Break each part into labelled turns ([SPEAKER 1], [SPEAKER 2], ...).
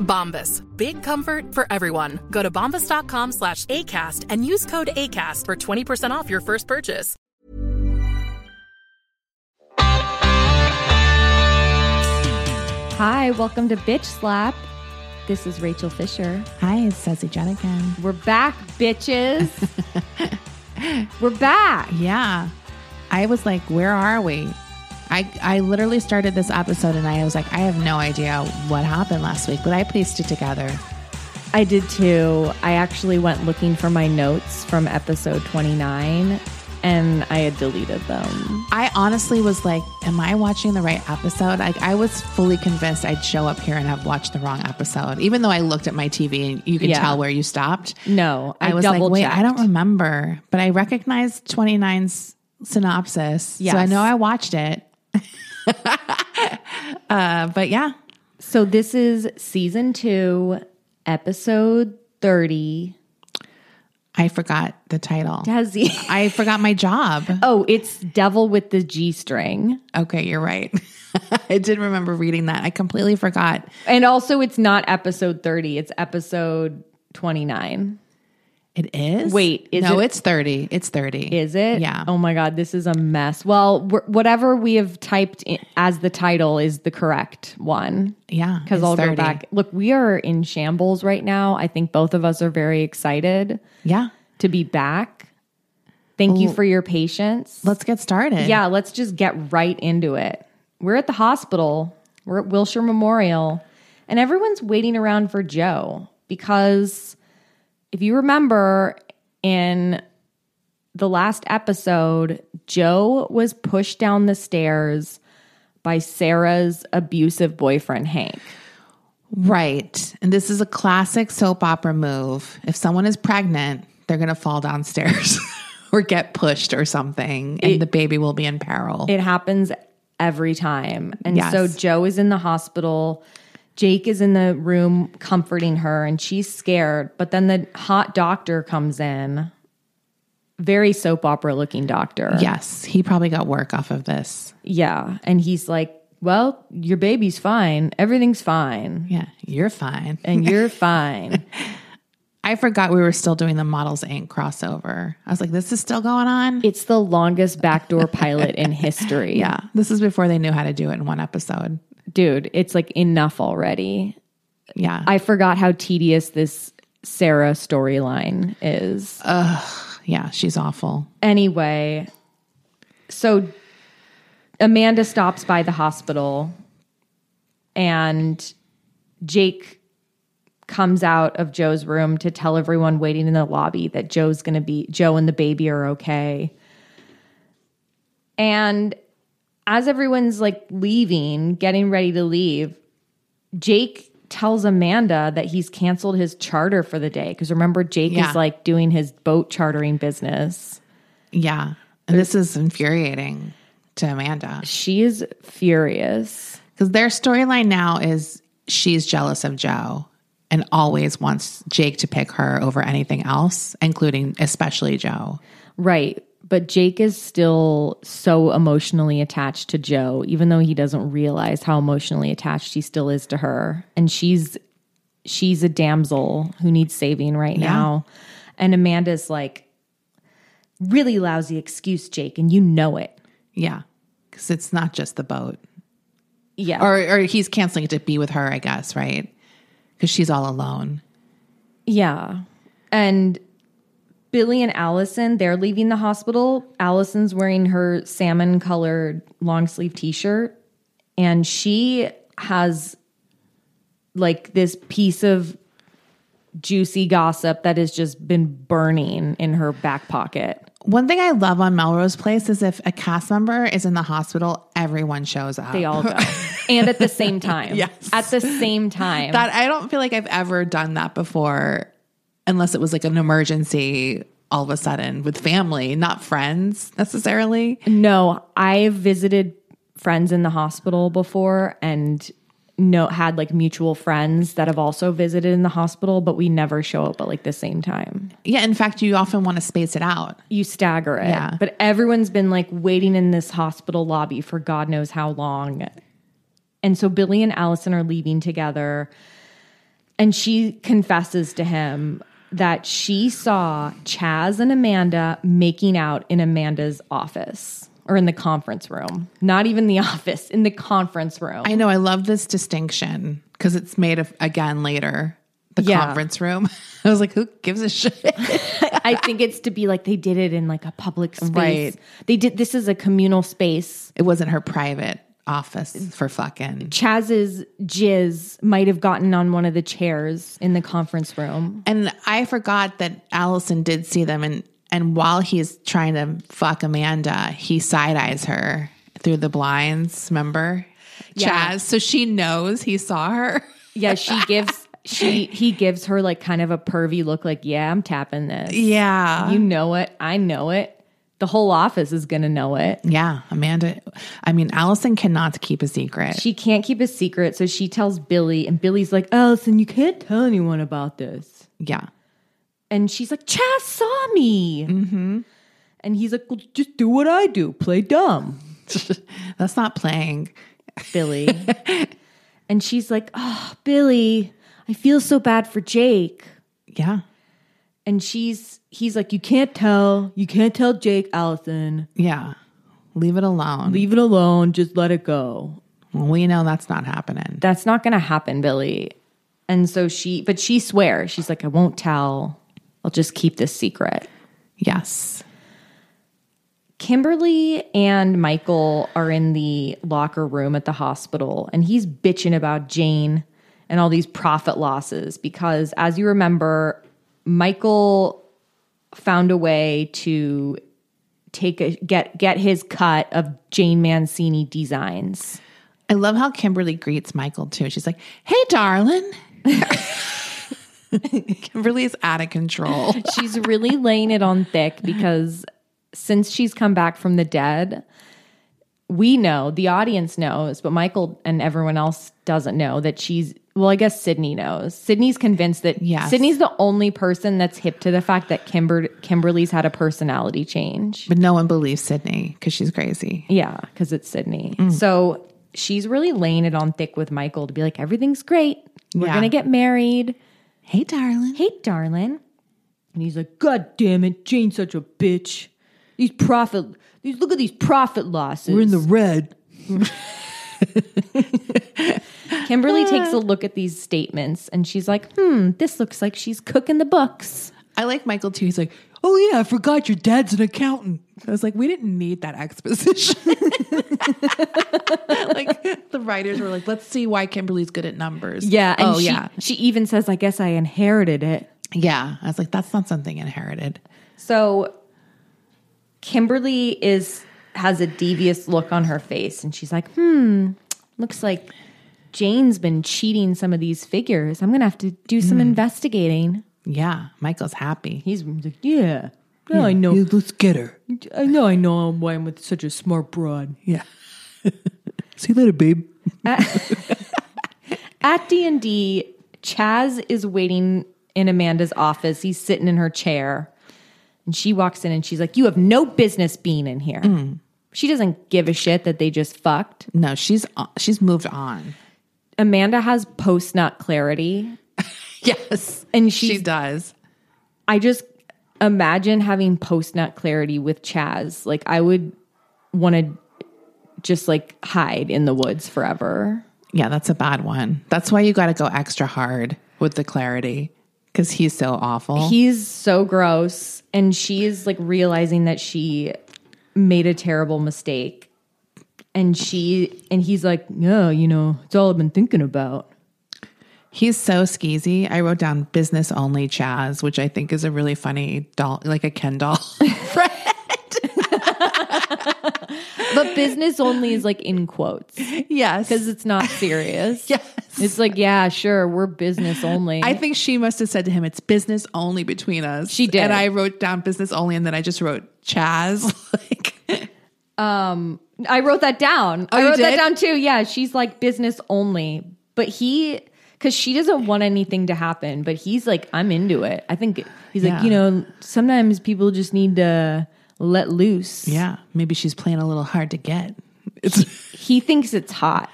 [SPEAKER 1] Bombas. Big comfort for everyone. Go to bombas.com slash ACAST and use code ACAST for 20% off your first purchase.
[SPEAKER 2] Hi, welcome to Bitch Slap. This is Rachel Fisher.
[SPEAKER 3] Hi, it's Ceci Jenigan.
[SPEAKER 2] We're back, bitches. We're back.
[SPEAKER 3] Yeah. I was like, where are we? I, I literally started this episode and I was like, I have no idea what happened last week, but I pieced it together.
[SPEAKER 2] I did too. I actually went looking for my notes from episode 29 and I had deleted them.
[SPEAKER 3] I honestly was like, am I watching the right episode? Like, I was fully convinced I'd show up here and have watched the wrong episode, even though I looked at my TV and you could
[SPEAKER 2] Yeah.
[SPEAKER 3] tell where you stopped.
[SPEAKER 2] No, I,
[SPEAKER 3] I was like, wait, I don't
[SPEAKER 2] double-checked.
[SPEAKER 3] remember, but I recognized 29's synopsis.
[SPEAKER 2] Yes.
[SPEAKER 3] So I know I watched it. uh, but yeah,
[SPEAKER 2] So this is season 2, episode 30.
[SPEAKER 3] I forgot the title.
[SPEAKER 2] Desi.
[SPEAKER 3] I forgot my job.
[SPEAKER 2] oh, it's Devil with the G string.
[SPEAKER 3] Okay, you're right. I did remember reading that. I completely forgot.
[SPEAKER 2] And also it's not episode 30, it's episode 29.
[SPEAKER 3] It is?
[SPEAKER 2] Wait, is
[SPEAKER 3] no,
[SPEAKER 2] it-
[SPEAKER 3] it's 30. It's 30.
[SPEAKER 2] Is it?
[SPEAKER 3] Yeah.
[SPEAKER 2] Oh my God, this is a mess. Well, we whatever we have typed in as the title is the correct one.
[SPEAKER 3] yeah.
[SPEAKER 2] Because
[SPEAKER 3] it's
[SPEAKER 2] I'll go
[SPEAKER 3] 30.
[SPEAKER 2] back. Look, we are in shambles right now. I think both of us are very excited
[SPEAKER 3] Yeah.
[SPEAKER 2] to be back. Thank you for your patience.
[SPEAKER 3] Let's get started.
[SPEAKER 2] yeah, let's just get right into it. We're at the hospital, we're at Wilshire Memorial, and everyone's waiting around for Joe because if you remember in the last episode, Joe was pushed down the stairs by Sarah's abusive boyfriend, Hank.
[SPEAKER 3] Right. And this is a classic soap opera move. If someone is pregnant, they're going to fall downstairs or get pushed or something, and the baby will be in peril.
[SPEAKER 2] It happens every time. And
[SPEAKER 3] Yes.
[SPEAKER 2] so Joe is in the hospital. Jake is in the room comforting her and she's scared. But then the hot doctor comes in. Very soap opera looking doctor.
[SPEAKER 3] yes. He probably got work off of this.
[SPEAKER 2] Yeah. And he's like, Well, your baby's fine. Everything's fine.
[SPEAKER 3] Yeah. You're fine.
[SPEAKER 2] And you're fine.
[SPEAKER 3] I forgot we were still doing the Models Inc. crossover. I was like, this is still going on?
[SPEAKER 2] It's the longest backdoor pilot in history.
[SPEAKER 3] Yeah. This is before they knew how to do it in one episode.
[SPEAKER 2] Dude, it's like enough already.
[SPEAKER 3] Yeah.
[SPEAKER 2] I forgot how tedious this Sarah storyline is.
[SPEAKER 3] yeah. She's awful.
[SPEAKER 2] anyway, so Amanda stops by the hospital and Jake comes out of Joe's room to tell everyone waiting in the lobby that Joe's going to be Joe and the baby are okay. And as everyone's like leaving, getting ready to leave, Jake tells Amanda that he's canceled his charter for the day because remember Jake
[SPEAKER 3] Yeah.
[SPEAKER 2] is like doing his boat chartering business.
[SPEAKER 3] Yeah. And this is infuriating to Amanda.
[SPEAKER 2] She is furious.
[SPEAKER 3] Because their storyline now is she's jealous of Joe and always wants Jake to pick her over anything else, including especially Joe.
[SPEAKER 2] Right. But Jake is still so emotionally attached to Joe, even though he doesn't realize how emotionally attached he still is to her. And she's she's a damsel who needs saving right now. And Amanda's like, really lousy excuse, Jake, and you know it.
[SPEAKER 3] Yeah. Because it's not just the boat.
[SPEAKER 2] Yeah.
[SPEAKER 3] Or, or he's canceling it to be with her, I guess, right? Because she's all alone.
[SPEAKER 2] Yeah. And Billy and Allison, they're leaving the hospital. Allison's wearing her salmon colored long sleeve t shirt, and she has like this piece of juicy gossip that has just been burning in her back pocket.
[SPEAKER 3] One thing I love on Melrose Place is if a cast member is in the hospital, everyone shows up.
[SPEAKER 2] They all go. and at the same time.
[SPEAKER 3] Yes.
[SPEAKER 2] At the same time.
[SPEAKER 3] That I don't feel like I've ever done that before, unless it was like an emergency all of a sudden with family, not friends necessarily.
[SPEAKER 2] No, I've visited friends in the hospital before and no had like mutual friends that have also visited in the hospital, but we never show up at like the same time.
[SPEAKER 3] Yeah, in fact, you often want to space it out.
[SPEAKER 2] You stagger it.
[SPEAKER 3] Yeah.
[SPEAKER 2] But everyone's been like waiting in this hospital lobby for God knows how long. And so Billy and Allison are leaving together and she confesses to him that she saw Chaz and Amanda making out in Amanda's office or in the conference room. Not even the office, in the conference room.
[SPEAKER 3] I know I love this distinction because it's made of, again later. The
[SPEAKER 2] Yeah.
[SPEAKER 3] conference room. I was like, who gives a shit?
[SPEAKER 2] I think it's to be like they did it in like a public space.
[SPEAKER 3] Right.
[SPEAKER 2] They did this is a communal space.
[SPEAKER 3] It wasn't her private office for fucking.
[SPEAKER 2] Chaz's jizz might have gotten on one of the chairs in the conference room.
[SPEAKER 3] And I forgot that Allison did see them, and and while he's trying to fuck Amanda, he side eyes her through the blinds. Remember,
[SPEAKER 2] Yeah.
[SPEAKER 3] Chaz? So she knows he saw her.
[SPEAKER 2] Yeah, she gives she he gives her like kind of a pervy look like, "Yeah, I'm tapping this."
[SPEAKER 3] Yeah,
[SPEAKER 2] You know it. I know it. The whole office is going to know it.
[SPEAKER 3] yeah. Amanda, I mean, Allison cannot keep a secret.
[SPEAKER 2] She can't keep a secret, so she tells Billy, and Billy's like, Allison, you can't tell anyone about this.
[SPEAKER 3] yeah,
[SPEAKER 2] And she's like, Chaz saw me. Mm-hmm. And he's like, well, just do what I do, play dumb,
[SPEAKER 3] that's not playing.
[SPEAKER 2] Billy. and she's like, oh, Billy, I feel so bad for Jake.
[SPEAKER 3] Yeah,
[SPEAKER 2] And she's, he's like, you can't tell, you can't tell Jake, Allison.
[SPEAKER 3] yeah. Leave it alone.
[SPEAKER 2] Leave it alone, just let it go.
[SPEAKER 3] Well, we know that's not happening.
[SPEAKER 2] that's not going to happen, Billy. And so she, but she swears, she's like, I won't tell. I'll just keep this secret.
[SPEAKER 3] Yes.
[SPEAKER 2] Kimberly and Michael are in the locker room at the hospital, and he's bitching about Jane and all these profit losses because, as you remember, Michael found a way to take a get get his cut of Jane Mancini designs.
[SPEAKER 3] I love how Kimberly greets Michael too. She's like, "Hey, darling." Kimberly's out of control.
[SPEAKER 2] she's really laying it on thick because since she's come back from the dead, we know, the audience knows, but Michael and everyone else doesn't know that she's well, I guess Sydney knows. Sydney's convinced that
[SPEAKER 3] Yes.
[SPEAKER 2] Sydney's the only person that's hip to the fact that Kimber Kimberly's had a personality change.
[SPEAKER 3] But no one believes Sydney because she's crazy.
[SPEAKER 2] Yeah, because it's Sydney.
[SPEAKER 3] Mm.
[SPEAKER 2] So she's really laying it on thick with Michael to be like, everything's great. We're
[SPEAKER 3] Yeah.
[SPEAKER 2] gonna get married.
[SPEAKER 3] Hey, darling.
[SPEAKER 2] hey, darling. And he's like, God damn it, Jane's such a bitch. These profit, these look at these profit losses. We're in the red. Kimberly takes a look at these statements and she's like, hmm, this looks like she's cooking the books.
[SPEAKER 3] I like Michael too. He's like, oh yeah, I forgot your dad's an accountant. I was like, we didn't need that exposition. like the writers were like, let's see why Kimberly's good at numbers.
[SPEAKER 2] Yeah, and
[SPEAKER 3] oh
[SPEAKER 2] she,
[SPEAKER 3] yeah,
[SPEAKER 2] she even says, I guess I inherited it.
[SPEAKER 3] yeah. I was like, that's not something inherited.
[SPEAKER 2] So Kimberly is has a devious look on her face and she's like, "Hmm, looks like Jane's been cheating some of these figures. I'm going to have to do some investigating."
[SPEAKER 3] Yeah, Michael's happy.
[SPEAKER 2] He's like, "Yeah. No, I know.
[SPEAKER 3] Let's get her.
[SPEAKER 2] I know I know why I'm with such a smart broad."
[SPEAKER 3] Yeah. see you later, babe.
[SPEAKER 2] At D&D, Chaz is waiting in Amanda's office. He's sitting in her chair. And she walks in and she's like, "You have no business being in here." She doesn't give a shit that they just fucked.
[SPEAKER 3] No, she's uh, she's moved on.
[SPEAKER 2] Amanda has post nut clarity.
[SPEAKER 3] Yes,
[SPEAKER 2] And
[SPEAKER 3] she
[SPEAKER 2] she's-
[SPEAKER 3] does.
[SPEAKER 2] I just imagine having post nut clarity with Chaz. Like, I would want to just like hide in the woods forever.
[SPEAKER 3] Yeah, that's a bad one. That's why you got to go extra hard with the clarity. because he's so awful.
[SPEAKER 2] He's so gross, and she is like realizing that she made a terrible mistake. And she and he's like, yeah, you know, it's all I've been thinking about.
[SPEAKER 3] he's so skeezy. I wrote down business only Chaz, which I think is a really funny doll, like a Ken doll.
[SPEAKER 2] But business only is like in quotes
[SPEAKER 3] yes,
[SPEAKER 2] because it's not serious.
[SPEAKER 3] yes.
[SPEAKER 2] It's like, yeah, sure, we're business only.
[SPEAKER 3] I think she must have said to him, "It's business only between us."
[SPEAKER 2] She did.
[SPEAKER 3] and I wrote down business only, and then I just wrote Chaz. Like,
[SPEAKER 2] I wrote that down. I
[SPEAKER 3] Oh, you
[SPEAKER 2] wrote that
[SPEAKER 3] did?
[SPEAKER 2] down too. Yeah, she's like business only, but he because she doesn't want anything to happen, but he's like, I'm into it. I think he's
[SPEAKER 3] Yeah.
[SPEAKER 2] like, you know, sometimes people just need to let loose.
[SPEAKER 3] yeah, maybe she's playing a little hard to get. It's,
[SPEAKER 2] He thinks it's hot.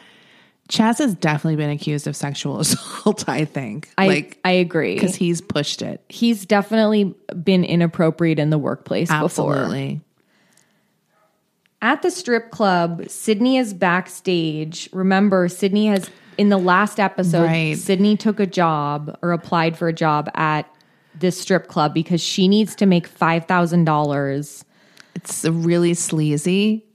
[SPEAKER 3] Chaz has definitely been accused of sexual assault. I think,
[SPEAKER 2] I
[SPEAKER 3] like,
[SPEAKER 2] I agree.
[SPEAKER 3] because he's pushed it.
[SPEAKER 2] he's definitely been inappropriate in the workplace before.
[SPEAKER 3] Absolutely.
[SPEAKER 2] At the strip club, Sydney is backstage. Remember, Sydney has in the last episode,
[SPEAKER 3] Right.
[SPEAKER 2] Sydney took a job or applied for a job at this strip club because she needs to make five thousand dollars.
[SPEAKER 3] It's a really sleazy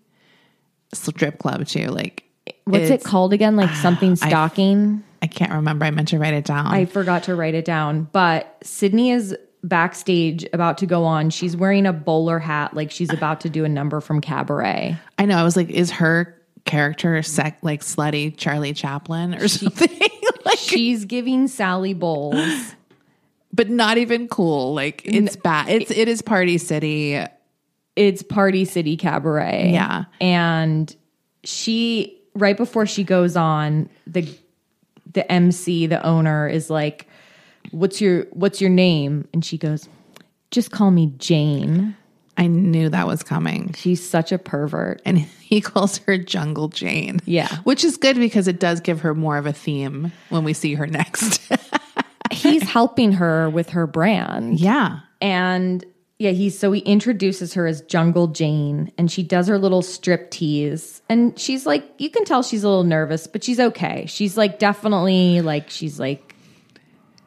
[SPEAKER 3] strip club too. Like
[SPEAKER 2] What's it
[SPEAKER 3] It's-
[SPEAKER 2] called again? Like something stocking.
[SPEAKER 3] I can't remember. I meant to write it down.
[SPEAKER 2] I forgot to write it down, but Sydney is backstage about to go on. She's wearing a bowler hat, like she's about to do a number from Cabaret.
[SPEAKER 3] I know. I was like, is her character sec like slutty Charlie Chaplin or something? like,
[SPEAKER 2] She's giving Sally Bowles.
[SPEAKER 3] but not even cool. Like it's bad. It's it is Party City.
[SPEAKER 2] it's Party City Cabaret.
[SPEAKER 3] Yeah.
[SPEAKER 2] And she right before she goes on, the the MC, the owner is like, "What's your what's your name?" And she goes, "Just call me Jane."
[SPEAKER 3] I knew that was coming.
[SPEAKER 2] She's such a pervert.
[SPEAKER 3] And he calls her Jungle Jane.
[SPEAKER 2] Yeah.
[SPEAKER 3] Which is good because it does give her more of a theme when we see her next.
[SPEAKER 2] He's helping her with her brand.
[SPEAKER 3] yeah.
[SPEAKER 2] And yeah, he's so he introduces her as Jungle Jane and she does her little strip tease. And she's like, you can tell she's a little nervous, but she's okay. She's like definitely like she's like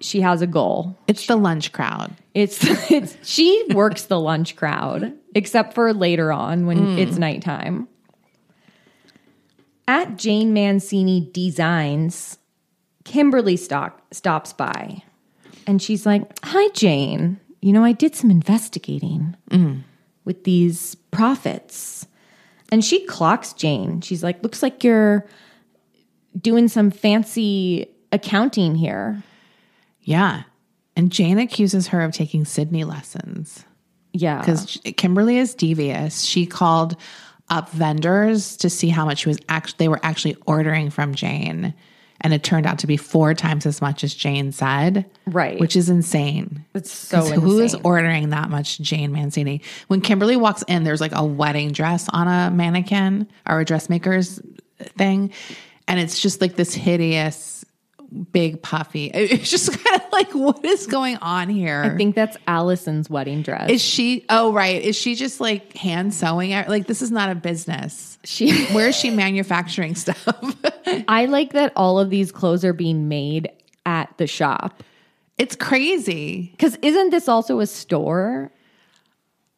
[SPEAKER 2] she has a goal.
[SPEAKER 3] It's the lunch crowd.
[SPEAKER 2] It's it's she works the lunch crowd, except for later on when it's nighttime. At Jane Mancini Designs, Kimberly stock, stops by and she's like, Hi, Jane. You know, I did some investigating with these profits. And she clocks Jane. She's like, Looks like you're doing some fancy accounting here.
[SPEAKER 3] Yeah. And Jane accuses her of taking Sydney lessons.
[SPEAKER 2] Yeah.
[SPEAKER 3] because Kimberly is devious. She called up vendors to see how much she was actually they were actually ordering from Jane, and it turned out to be four times as much as Jane said.
[SPEAKER 2] Right.
[SPEAKER 3] which is insane.
[SPEAKER 2] it's so
[SPEAKER 3] 'Cause who is
[SPEAKER 2] insane.
[SPEAKER 3] ordering that much Jane Mancini? When Kimberly walks in, there's like a wedding dress on a mannequin or a dressmaker's thing, and it's just like this hideous. Big puffy. It's just kind of like, what is going on here?
[SPEAKER 2] I think that's Allison's wedding dress.
[SPEAKER 3] Is she? Oh, right. Is she just like hand sewing? it? Like this is not a business.
[SPEAKER 2] she
[SPEAKER 3] Where is she manufacturing stuff?
[SPEAKER 2] I like that all of these clothes are being made at the shop.
[SPEAKER 3] it's crazy.
[SPEAKER 2] Cuz isn't this also a store?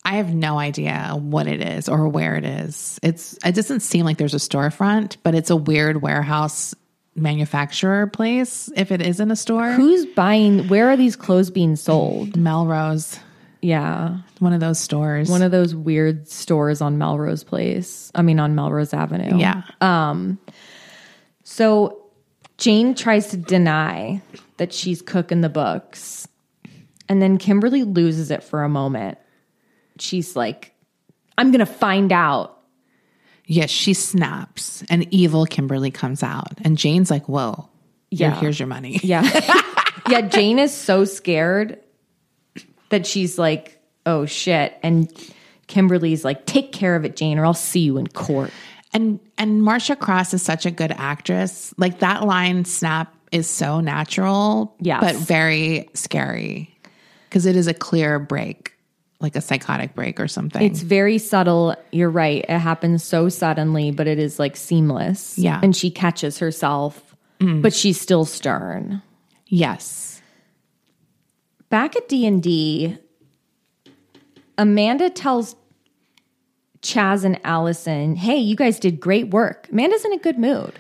[SPEAKER 3] I have no idea what it is or where it is. It's. It doesn't seem like there's a storefront, but it's a weird warehouse manufacturer place. If it isn't a store,
[SPEAKER 2] Who's buying where are these clothes being sold?
[SPEAKER 3] Melrose,
[SPEAKER 2] Yeah.
[SPEAKER 3] one of those stores.
[SPEAKER 2] One of those weird stores on Melrose Place. I mean on Melrose Avenue.
[SPEAKER 3] yeah.
[SPEAKER 2] So Jane tries to deny that she's cooking the books. And then Kimberly loses it for a moment. She's like, I'm going to find out.
[SPEAKER 3] Yes, she snaps, and evil Kimberly comes out, and Jane's like, "Whoa, here-
[SPEAKER 2] Yeah.
[SPEAKER 3] here's your money."
[SPEAKER 2] Yeah. yeah, Jane is so scared that she's like, oh shit. And Kimberly's like, take care of it, Jane, or I'll see you in court.
[SPEAKER 3] And and Marsha Cross is such a good actress. Like that line snap is so natural,
[SPEAKER 2] Yes.
[SPEAKER 3] but very scary because it is a clear break, like a psychotic break or something.
[SPEAKER 2] It's very subtle. You're right. It happens so suddenly, but it is like seamless.
[SPEAKER 3] Yeah.
[SPEAKER 2] And she catches herself, but she's still stern.
[SPEAKER 3] yes,
[SPEAKER 2] back at D&D, Amanda tells Chaz and Allison, "Hey, you guys did great work." Amanda's in a good mood.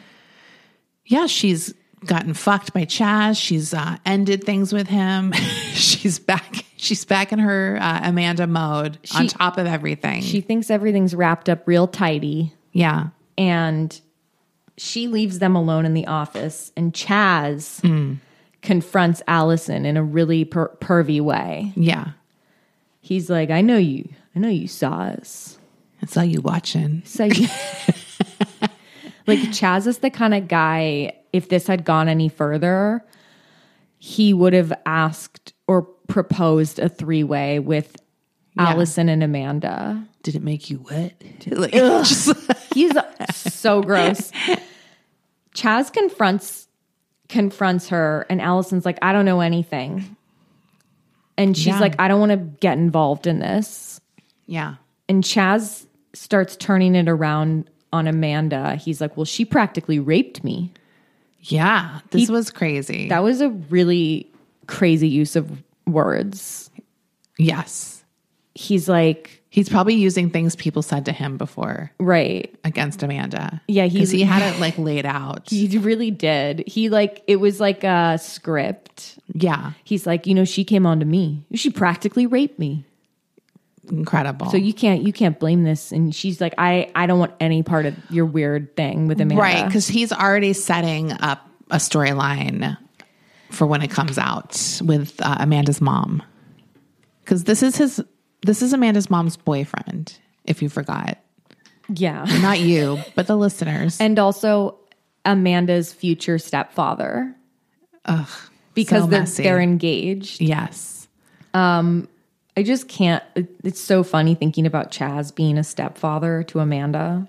[SPEAKER 3] Yeah, she's gotten fucked by Chaz. She's uh, ended things with him. she's back. She's back in her uh, Amanda mode on
[SPEAKER 2] She-
[SPEAKER 3] top of everything.
[SPEAKER 2] She thinks everything's wrapped up real tidy.
[SPEAKER 3] yeah.
[SPEAKER 2] and she leaves them alone in the office and chaz confronts allison in a really per- pervy way
[SPEAKER 3] Yeah.
[SPEAKER 2] he's like i know you i know you saw us
[SPEAKER 3] That's all you watching.
[SPEAKER 2] so you like chaz is the kind of guy if this had gone any further he would have asked or proposed a three-way with allison and amanda
[SPEAKER 3] Did it make you wet? Like, just,
[SPEAKER 2] He's so gross. Chaz confronts confronts her and Allison's like, I don't know anything. And she's
[SPEAKER 3] Yeah.
[SPEAKER 2] like, I don't want to get involved in this.
[SPEAKER 3] yeah.
[SPEAKER 2] And Chaz starts turning it around on Amanda. He's like, Well, she practically raped me.
[SPEAKER 3] Yeah. This was crazy.
[SPEAKER 2] That was a really crazy use of words.
[SPEAKER 3] yes.
[SPEAKER 2] He's like,
[SPEAKER 3] He's probably using things people said to him before
[SPEAKER 2] Right.
[SPEAKER 3] against Amanda.
[SPEAKER 2] Yeah, he's-
[SPEAKER 3] Because he had it like laid out.
[SPEAKER 2] He really did. He like it was like a script.
[SPEAKER 3] yeah.
[SPEAKER 2] He's like, you know, she came on to me. She practically raped me.
[SPEAKER 3] Incredible.
[SPEAKER 2] So you can't you can't blame this. And she's like, I I don't want any part of your weird thing with Amanda.
[SPEAKER 3] Right, because he's already setting up a storyline for when it comes out with uh, Amanda's mom. Because this is his, this is Amanda's mom's boyfriend. If you forgot,
[SPEAKER 2] Yeah.
[SPEAKER 3] not you, but the listeners.
[SPEAKER 2] And also Amanda's future stepfather. Ugh. Because
[SPEAKER 3] so
[SPEAKER 2] they're
[SPEAKER 3] messy.
[SPEAKER 2] they're engaged.
[SPEAKER 3] yes,
[SPEAKER 2] I just can't. it- It's so funny thinking about Chaz being a stepfather to Amanda.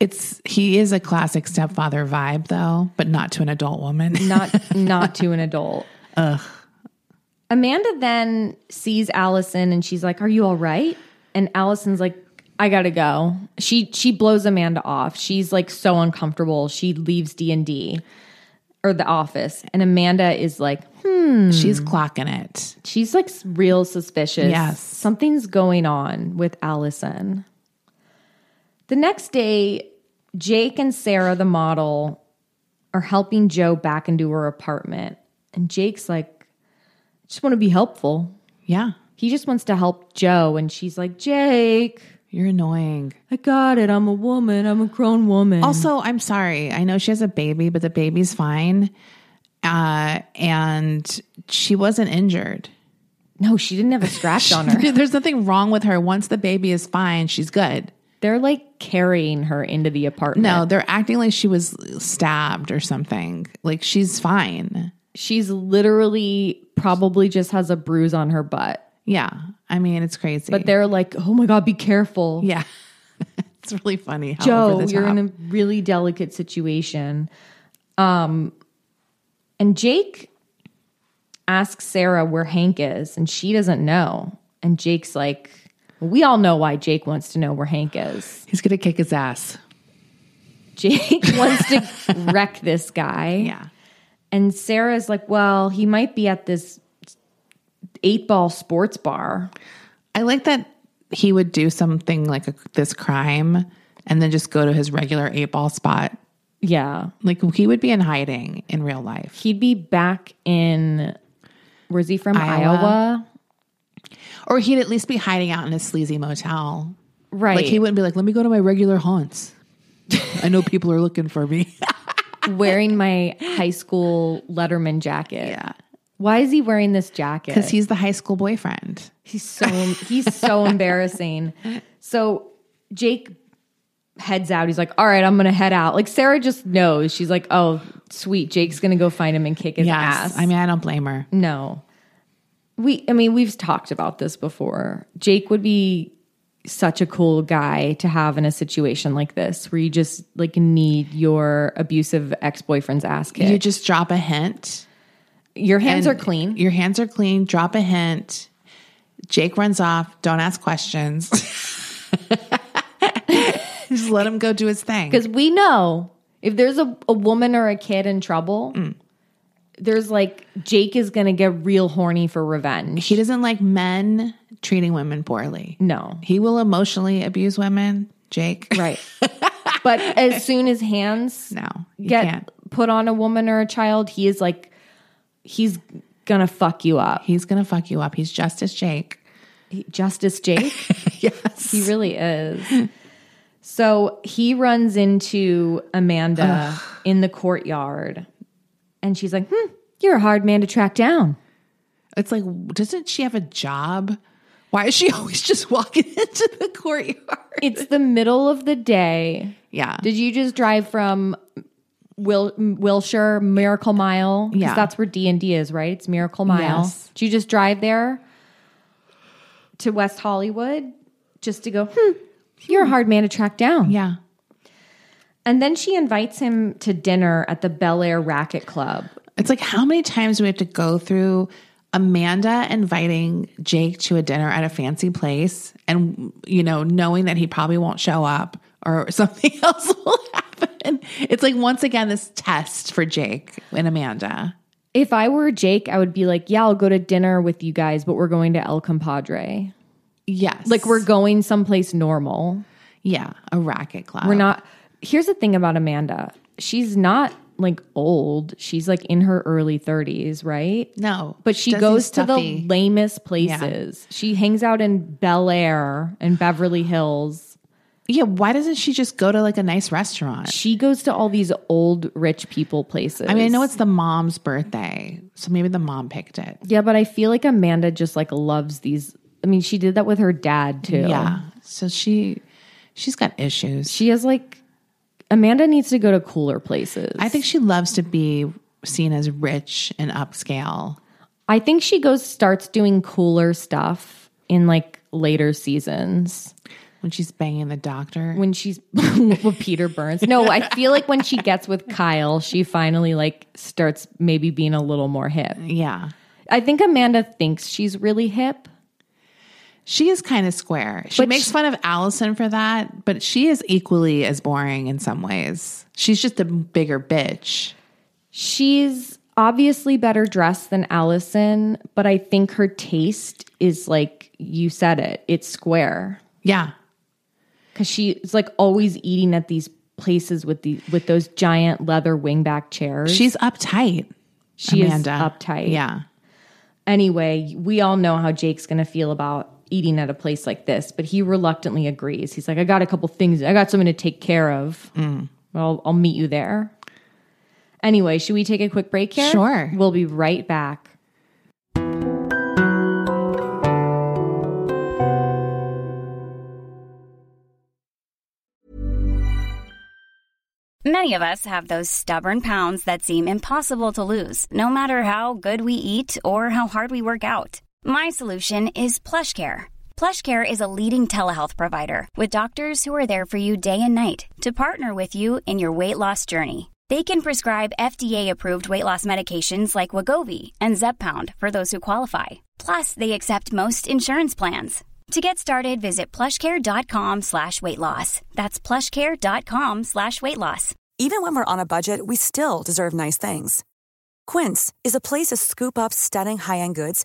[SPEAKER 3] it's he is a classic stepfather vibe though, but not to an adult woman.
[SPEAKER 2] not not to an adult. Ugh. Amanda then sees Allison and she's like, "Are you all right?" And Allison's like, "I gotta go." She she blows Amanda off. She's like so uncomfortable. She leaves D and D or the office, and Amanda is like,
[SPEAKER 3] She's
[SPEAKER 2] Mm-hmm.
[SPEAKER 3] clocking it.
[SPEAKER 2] she's like s- real suspicious.
[SPEAKER 3] Yes.
[SPEAKER 2] something's going on with Allison. The next day, Jake and Sarah, the model, are helping Joe back into her apartment. And Jake's like, I just want to be helpful.
[SPEAKER 3] Yeah,
[SPEAKER 2] He just wants to help Joe. And she's like, Jake,
[SPEAKER 3] you're annoying.
[SPEAKER 2] I got it. I'm a woman. I'm a grown woman.
[SPEAKER 3] Also, I'm sorry. I know she has a baby, but the baby's fine. Uh, and she wasn't injured.
[SPEAKER 2] no, she didn't have a scratch on her.
[SPEAKER 3] There's nothing wrong with her. Once the baby is fine, she's good.
[SPEAKER 2] They're like carrying her into the apartment.
[SPEAKER 3] No, they're acting like she was stabbed or something. Like she's fine.
[SPEAKER 2] She's literally probably just has a bruise on her butt.
[SPEAKER 3] Yeah. I mean, it's crazy.
[SPEAKER 2] But they're like, oh my God, be careful.
[SPEAKER 3] yeah. it's really funny. How
[SPEAKER 2] Joe,
[SPEAKER 3] over the
[SPEAKER 2] you're
[SPEAKER 3] top.
[SPEAKER 2] in a really delicate situation. Um, and Jake asks Sarah where Hank is, and she doesn't know. And Jake's like, we all know why Jake wants to know where Hank is.
[SPEAKER 3] He's gonna kick his ass.
[SPEAKER 2] Jake wants to wreck this guy.
[SPEAKER 3] Yeah.
[SPEAKER 2] And Sarah's like, well, he might be at this eight ball sports bar.
[SPEAKER 3] I like that he would do something like a, this crime and then just go to his regular eight ball spot.
[SPEAKER 2] Yeah.
[SPEAKER 3] Like he would be in hiding in real life.
[SPEAKER 2] He'd be back in, where's he from?
[SPEAKER 3] Iowa.
[SPEAKER 2] Iowa?
[SPEAKER 3] Or he'd at least be hiding out in a sleazy motel.
[SPEAKER 2] Right.
[SPEAKER 3] Like he wouldn't be like, let me go to my regular haunts. I know people are looking for me.
[SPEAKER 2] wearing my high school Letterman jacket. Yeah. Why is he wearing this jacket?
[SPEAKER 3] Because he's the high school boyfriend.
[SPEAKER 2] he's so he's so embarrassing. So Jake heads out. He's like, "All right, I'm gonna head out." Like Sarah just knows. She's like, "Oh, sweet, Jake's gonna go find him and kick his ass."
[SPEAKER 3] I mean, I don't blame her.
[SPEAKER 2] no, we. I mean, we've talked about this before. Jake would be such a cool guy to have in a situation like this, where you just like need your abusive ex boyfriend's ass kicked.
[SPEAKER 3] You just drop a hint.
[SPEAKER 2] Your hands are
[SPEAKER 3] and
[SPEAKER 2] clean.
[SPEAKER 3] Your hands are clean. Drop a hint. Jake runs off. Don't ask questions. just let him go do his thing. Mm.
[SPEAKER 2] Because we know if there's a, a woman or a kid in trouble, there's like Jake is gonna get real horny for revenge.
[SPEAKER 3] He doesn't like men treating women poorly.
[SPEAKER 2] No,
[SPEAKER 3] He will emotionally abuse women, Jake.
[SPEAKER 2] right. but as soon as hands
[SPEAKER 3] No, you
[SPEAKER 2] get
[SPEAKER 3] can't.
[SPEAKER 2] put on a woman or a child, he is like he's gonna fuck you up.
[SPEAKER 3] He's going to fuck you up. He's Justice Jake.
[SPEAKER 2] Justice Jake. yes. He really is. So he runs into Amanda in the courtyard and she's like, hmm, you're a hard man to track down.
[SPEAKER 3] It's like, doesn't she have a job? Why is she always just walking into the courtyard?
[SPEAKER 2] It's the middle of the day.
[SPEAKER 3] Yeah.
[SPEAKER 2] Did you just drive from Wil- Wilshire Miracle Mile? 'Cause
[SPEAKER 3] Yeah.
[SPEAKER 2] that's where D and D is, right? It's Miracle Mile.
[SPEAKER 3] Yes.
[SPEAKER 2] Did you just drive there to West Hollywood just to go? Hmm, you're a hard man to track down.
[SPEAKER 3] yeah.
[SPEAKER 2] And then she invites him to dinner at the Bel Air Racket Club.
[SPEAKER 3] It's like, how many times do we have to go through Amanda inviting Jake to a dinner at a fancy place and, you know, knowing that he probably won't show up or something else will happen? It's like, once again, this test for Jake and Amanda.
[SPEAKER 2] If I were Jake, I would be like, yeah, I'll go to dinner with you guys, but we're going to El Compadre.
[SPEAKER 3] Yes.
[SPEAKER 2] Like, we're going someplace normal.
[SPEAKER 3] yeah, a racket club.
[SPEAKER 2] We're not. Here's the thing about Amanda she's not like old, she's like in her early 30s, right?
[SPEAKER 3] No.
[SPEAKER 2] But she
[SPEAKER 3] doesn't
[SPEAKER 2] goes to
[SPEAKER 3] stuffy.
[SPEAKER 2] the lamest places. She hangs out in Bel Air and Beverly Hills.
[SPEAKER 3] Yeah, why doesn't she just go to like a nice restaurant?
[SPEAKER 2] She goes to all these old rich people places.
[SPEAKER 3] I mean, I know it's the mom's birthday, so maybe the mom picked it.
[SPEAKER 2] Yeah, but I feel like Amanda just like loves these. I mean, she did that with her dad too.
[SPEAKER 3] Yeah. So she she's got issues.
[SPEAKER 2] She has like Amanda needs to go to cooler places.
[SPEAKER 3] I think she loves to be seen as rich and upscale.
[SPEAKER 2] I think she goes starts doing cooler stuff in like later seasons
[SPEAKER 3] When she's banging the doctor,
[SPEAKER 2] when she's with Peter Burns. No, I feel like when she gets with Kyle, she finally like starts maybe being a little more hip.
[SPEAKER 3] yeah,
[SPEAKER 2] I think Amanda thinks she's really hip.
[SPEAKER 3] she is kind of square. She
[SPEAKER 2] But
[SPEAKER 3] makes
[SPEAKER 2] she-
[SPEAKER 3] fun of Allison for that, but she is equally as boring in some ways. She's just a bigger bitch.
[SPEAKER 2] She's obviously better dressed than Allison, but I think her taste is like you said it, it's square
[SPEAKER 3] Yeah,
[SPEAKER 2] cuz she's like always eating at these places with the with those giant leather wingback chairs.
[SPEAKER 3] she's uptight.
[SPEAKER 2] she
[SPEAKER 3] Amanda.
[SPEAKER 2] is uptight.
[SPEAKER 3] Yeah,
[SPEAKER 2] Anyway, we all know how Jake's going to feel about eating at a place like this, but he reluctantly agrees. He's like, "I got a couple things. I got something to take care of.
[SPEAKER 3] Mm.
[SPEAKER 2] I'll I'll meet you there." Anyway, should we take a quick break here?
[SPEAKER 3] Sure.
[SPEAKER 2] We'll be right back.
[SPEAKER 4] Many of us have those stubborn pounds that seem impossible to lose, no matter how good we eat or how hard we work out. My solution is PlushCare. PlushCare is a leading telehealth provider with doctors who are there for you day and night to partner with you in your weight loss journey. They can prescribe FDA-approved weight loss medications like Wagovi and Zepbound for those who qualify. Plus, they accept most insurance plans. To get started, visit plushcare.com slash weight loss. That's plushcare.com slash weight loss.
[SPEAKER 5] Even when we're on a budget, we still deserve nice things. Quince is a place to scoop up stunning high-end goods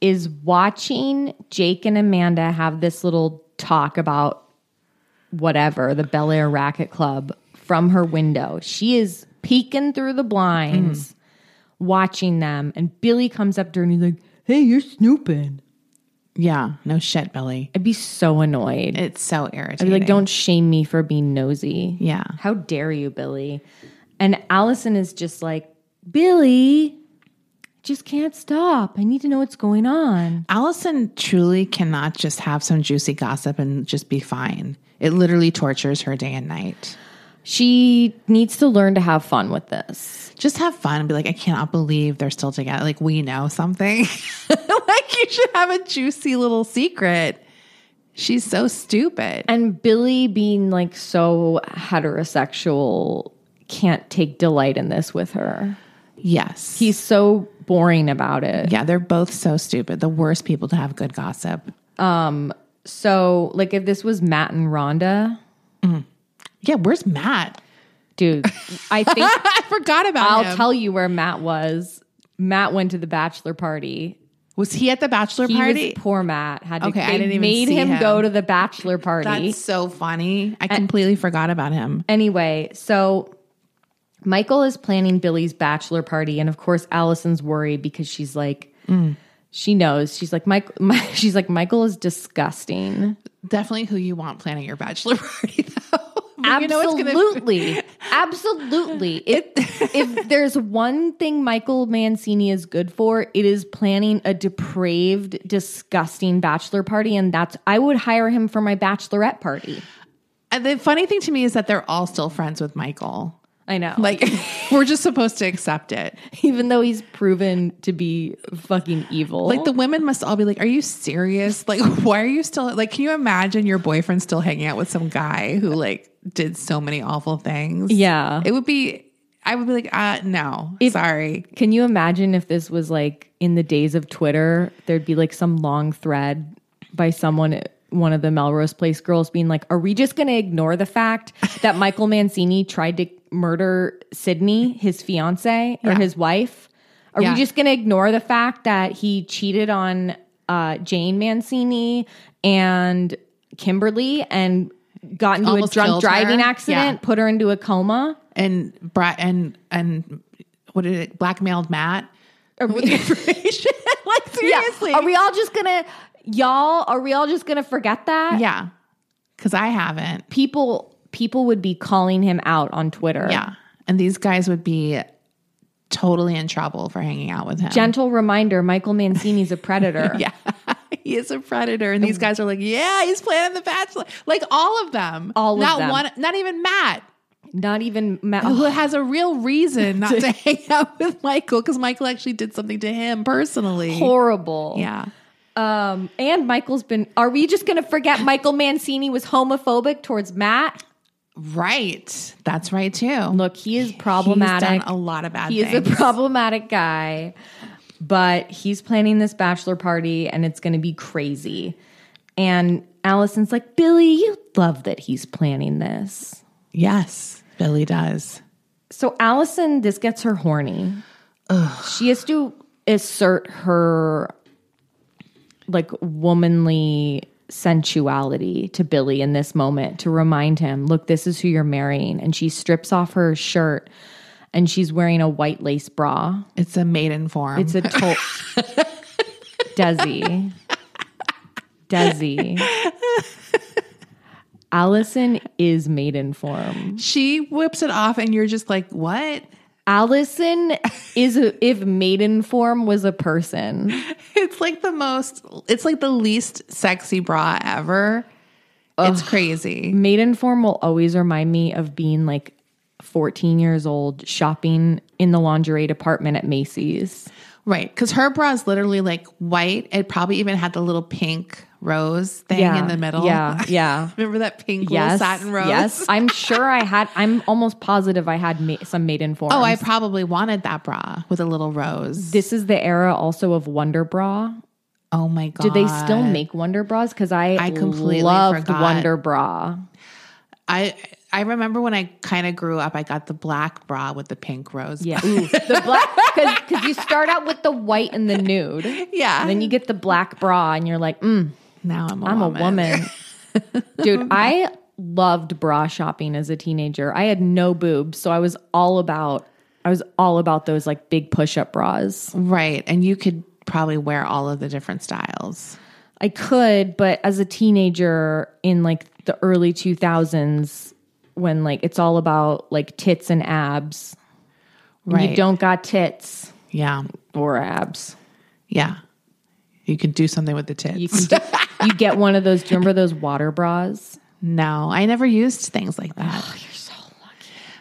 [SPEAKER 2] is watching Jake and Amanda have this little talk about whatever, the Bel Air Racket Club from her window. She is peeking through the blinds, watching them, and Billy comes up to her and he's like, Hey, you're snooping.
[SPEAKER 3] yeah. No shit, Billy.
[SPEAKER 2] I'd be so annoyed.
[SPEAKER 3] It's so irritating.
[SPEAKER 2] I'd be like, Don't shame me for being nosy.
[SPEAKER 3] Yeah.
[SPEAKER 2] How dare you, Billy? And Allison is just like, Billy, just can't stop. I need to know what's going on.
[SPEAKER 3] Allison truly cannot just have some juicy gossip and just be fine. It literally tortures her day and night.
[SPEAKER 2] She needs to learn to have fun with this.
[SPEAKER 3] Just have fun and be like, I cannot believe they're still together. Like, we know something. like, you should have a juicy little secret. She's so stupid.
[SPEAKER 2] And Billy being like so heterosexual can't take delight in this with her.
[SPEAKER 3] Yes.
[SPEAKER 2] He's so boring about it.
[SPEAKER 3] yeah, they're both so stupid. The worst people to have good gossip.
[SPEAKER 2] So, like, if this was Matt and Rhonda,
[SPEAKER 3] Yeah, where's Matt?
[SPEAKER 2] dude, I think
[SPEAKER 3] I forgot about
[SPEAKER 2] I'll
[SPEAKER 3] him.
[SPEAKER 2] tell you where Matt was. Matt went to the bachelor party.
[SPEAKER 3] Was he at the bachelor
[SPEAKER 2] He
[SPEAKER 3] party?
[SPEAKER 2] was poor Matt. Had to,
[SPEAKER 3] Okay, I
[SPEAKER 2] they
[SPEAKER 3] didn't even
[SPEAKER 2] made
[SPEAKER 3] see
[SPEAKER 2] him,
[SPEAKER 3] him.
[SPEAKER 2] go to the bachelor party.
[SPEAKER 3] That's so funny. I completely forgot about him.
[SPEAKER 2] Anyway, so Michael is planning Billy's bachelor party, and of course, Allison's worried because she's like, she knows. She's like, Mike. she's like, Michael is disgusting.
[SPEAKER 3] Definitely who you want planning your bachelor party, though. But you know it's gonna-
[SPEAKER 2] absolutely, absolutely. If, if there's one thing Michael Mancini is good for, it is planning a depraved, disgusting bachelor party, and that's I would hire him for my bachelorette party.
[SPEAKER 3] And the funny thing to me is that they're all still friends with Michael.
[SPEAKER 2] I know,
[SPEAKER 3] Like, we're just supposed to accept it.
[SPEAKER 2] even though he's proven to be fucking evil,
[SPEAKER 3] Like, the women must all be like, Are you serious? Like, why are you still, like, can you imagine your boyfriend still hanging out with some guy who, like, did so many awful things?
[SPEAKER 2] Yeah.
[SPEAKER 3] It would be, I would be like, uh, no, sorry.
[SPEAKER 2] Can you imagine if this was like in the days of Twitter? There'd be like some long thread by someone, one of the Melrose Place girls, being like, Are we just going to ignore the fact that Michael Mancini tried to murder Sydney, his fiance or his wife? Are
[SPEAKER 3] Yeah.
[SPEAKER 2] we just going to ignore the fact that he cheated on uh, Jane Mancini and Kimberly and got into
[SPEAKER 3] Almost
[SPEAKER 2] a drunk
[SPEAKER 3] killed her.
[SPEAKER 2] driving
[SPEAKER 3] Yeah.
[SPEAKER 2] accident, put her into a coma?
[SPEAKER 3] And, Brad, and, and, what did it, blackmailed Matt?
[SPEAKER 2] Are we,
[SPEAKER 3] like, seriously.
[SPEAKER 2] Yeah. Are we all just gonna, y'all? Are we all just gonna forget that?
[SPEAKER 3] Yeah. Cause I haven't.
[SPEAKER 2] People, people would be calling him out on Twitter.
[SPEAKER 3] Yeah. And these guys would be totally in trouble for hanging out with him.
[SPEAKER 2] Gentle reminder: Michael Mancini's a predator.
[SPEAKER 3] yeah. he is a predator. And these guys are like, yeah, he's planning the bachelor. Like all of them. Oh.
[SPEAKER 2] All of
[SPEAKER 3] not
[SPEAKER 2] them.
[SPEAKER 3] One, not even Matt,
[SPEAKER 2] Not even Matt.
[SPEAKER 3] who has a real reason not to hang out with Michael because Michael actually did something to him personally.
[SPEAKER 2] horrible.
[SPEAKER 3] Yeah.
[SPEAKER 2] Um. And Michael's been. Are we just gonna forget Michael Mancini was homophobic towards Matt?
[SPEAKER 3] Right. That's right, too.
[SPEAKER 2] Look, he is problematic.
[SPEAKER 3] He's done a lot of bad
[SPEAKER 2] he
[SPEAKER 3] things.
[SPEAKER 2] is a problematic guy, but he's planning this bachelor party and it's going to be crazy. And Allison's like, Billy, you love that he's planning this.
[SPEAKER 3] yes, Billy does.
[SPEAKER 2] So, Allison, this gets her horny. She has to assert her like womanly sensuality to Billy in this moment to remind him, look, this is who you're marrying. And she strips off her shirt and she's wearing a white lace bra.
[SPEAKER 3] It's a maiden form.
[SPEAKER 2] It's a toll. Desi. Desi. Allison is maiden form.
[SPEAKER 3] she whips it off, and you're just like, what?
[SPEAKER 2] Allison is a, if maiden form was a person.
[SPEAKER 3] It's like the most, it's like the least sexy bra ever. It's crazy.
[SPEAKER 2] Maiden form will always remind me of being like 14 years old shopping in the lingerie department at Macy's.
[SPEAKER 3] Right. Cause her bra is literally like white. It probably even had the little pink rose thing in the middle.
[SPEAKER 2] Yeah. Yeah.
[SPEAKER 3] Remember that pink little
[SPEAKER 2] Yes,
[SPEAKER 3] satin rose?
[SPEAKER 2] yes. I'm sure I had. I'm almost positive I had ma- some maiden form.
[SPEAKER 3] Oh, I probably wanted that bra with a little rose.
[SPEAKER 2] This is the era also of Wonder Bra.
[SPEAKER 3] oh my God.
[SPEAKER 2] Do they still make Wonder Bras? Because I,
[SPEAKER 3] I completely
[SPEAKER 2] loved
[SPEAKER 3] forgot.
[SPEAKER 2] Wonder Bra.
[SPEAKER 3] I, I remember when I kind of grew up, I got the black bra with the pink rose.
[SPEAKER 2] Yeah, Ooh, the black because you start out with the white and the nude,
[SPEAKER 3] Yeah.
[SPEAKER 2] and then you get the black bra, and you're like, mm,
[SPEAKER 3] now I'm a
[SPEAKER 2] I'm
[SPEAKER 3] woman.
[SPEAKER 2] a woman, dude. I loved bra shopping as a teenager. I had no boobs, so I was all about. I was all about those like big push-up bras.
[SPEAKER 3] Right. And you could probably wear all of the different styles.
[SPEAKER 2] I could, but as a teenager in like the early 2000s when like it's all about like tits and abs,
[SPEAKER 3] Right.
[SPEAKER 2] You don't got tits
[SPEAKER 3] Yeah.
[SPEAKER 2] or abs.
[SPEAKER 3] Yeah. You could do something with the tits.
[SPEAKER 2] You can get, you get one of those. Do you remember those water bras?
[SPEAKER 3] no, I never used things like that.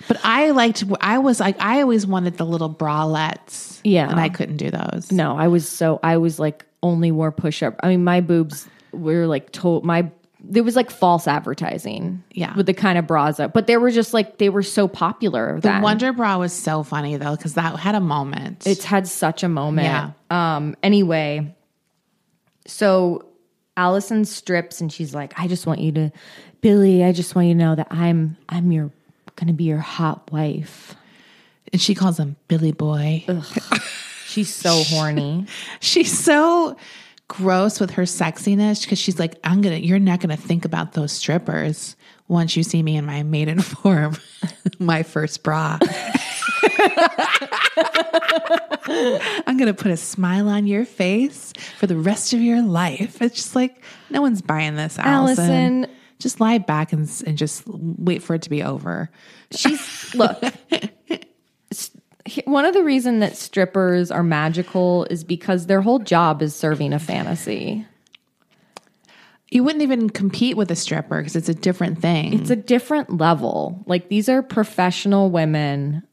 [SPEAKER 3] But I liked. I was like, I always wanted the little bralettes.
[SPEAKER 2] Yeah.
[SPEAKER 3] and I couldn't do those.
[SPEAKER 2] No, I was so I was like only wore push up. I mean, my boobs were like told my there was like false advertising.
[SPEAKER 3] Yeah.
[SPEAKER 2] with the kind of bras up, but they were just like they were so popular.
[SPEAKER 3] The
[SPEAKER 2] then.
[SPEAKER 3] Wonder Bra was so funny though, because that had a moment.
[SPEAKER 2] It's had such a moment. Um. Anyway, so Allison strips and she's like, "I just want you to, Billy. I just want you to know that I'm I'm your gonna be your hot wife."
[SPEAKER 3] and she calls him Billy Boy.
[SPEAKER 2] She's so horny.
[SPEAKER 3] She's so gross with her sexiness because she's like, I'm gonna, you're not gonna think about those strippers once you see me in my maiden form, my first bra. I'm gonna put a smile on your face for the rest of your life. It's just like no one's buying this, Allison.
[SPEAKER 2] Allison.
[SPEAKER 3] Just lie back and s- and just wait for it to be over.
[SPEAKER 2] She's look. s- he- One of the reason that strippers are magical is because their whole job is serving a fantasy.
[SPEAKER 3] You wouldn't even compete with a stripper because it's a different thing.
[SPEAKER 2] It's a different level. Like these are professional women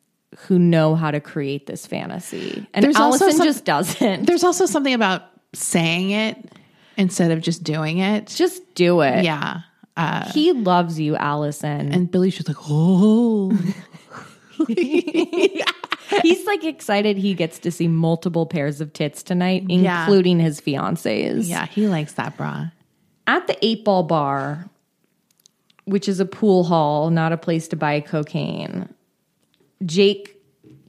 [SPEAKER 2] who know how to create this fantasy, and
[SPEAKER 3] There's also
[SPEAKER 2] Allison
[SPEAKER 3] some-
[SPEAKER 2] just doesn't.
[SPEAKER 3] There's also something about saying it instead of just doing it.
[SPEAKER 2] Just do it.
[SPEAKER 3] Yeah.
[SPEAKER 2] he loves you, Allison.
[SPEAKER 3] And Billy, she's like, oh,
[SPEAKER 2] He's like excited he gets to see multiple pairs of tits tonight,
[SPEAKER 3] Yeah.
[SPEAKER 2] including his fiance's.
[SPEAKER 3] yeah, he likes that bra.
[SPEAKER 2] at the eight ball bar, which is a pool hall, not a place to buy cocaine, Jake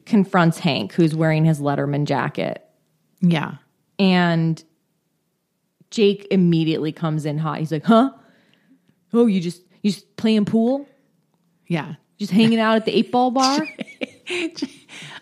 [SPEAKER 2] confronts Hank, who's wearing his Letterman jacket.
[SPEAKER 3] Yeah.
[SPEAKER 2] And Jake immediately comes in hot. He's like, huh? Oh, you just you just playing pool?
[SPEAKER 3] Yeah.
[SPEAKER 2] Just hanging out at the eight ball bar?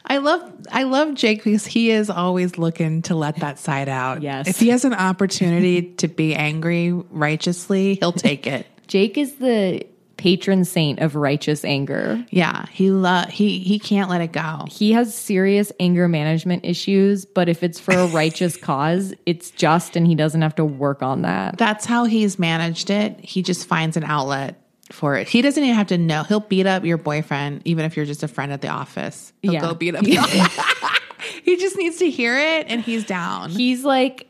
[SPEAKER 3] I love I love Jake because he is always looking to let that side out.
[SPEAKER 2] Yes.
[SPEAKER 3] If he has an opportunity to be angry righteously, he'll take it.
[SPEAKER 2] Jake is the patron saint of righteous anger.
[SPEAKER 3] Yeah. He lo- he he can't let it go.
[SPEAKER 2] He has serious anger management issues, but if it's for a righteous cause, it's just and he doesn't have to work on that.
[SPEAKER 3] That's how he's managed it. He just finds an outlet for it. He doesn't even have to know. He'll beat up your boyfriend, even if you're just a friend at the office. He'll
[SPEAKER 2] Yeah.
[SPEAKER 3] go beat up. he just needs to hear it, and he's down.
[SPEAKER 2] He's like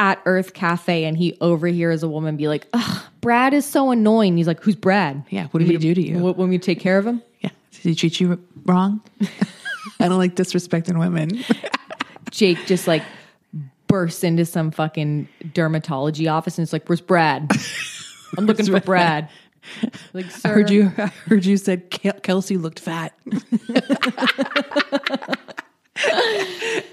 [SPEAKER 2] at Earth Cafe and he overhears a woman be like, Ugh, Brad is so annoying. He's like, Who's Brad?
[SPEAKER 3] yeah. What did he do to you?
[SPEAKER 2] What, when we take care of him?
[SPEAKER 3] yeah. Did he treat you wrong? I don't like disrespecting women.
[SPEAKER 2] Jake just like bursts into some fucking dermatology office and it's like, Where's Brad? I'm looking for Brad. Like, sir,
[SPEAKER 3] I heard you. I heard you said Kel- Kelsey looked fat.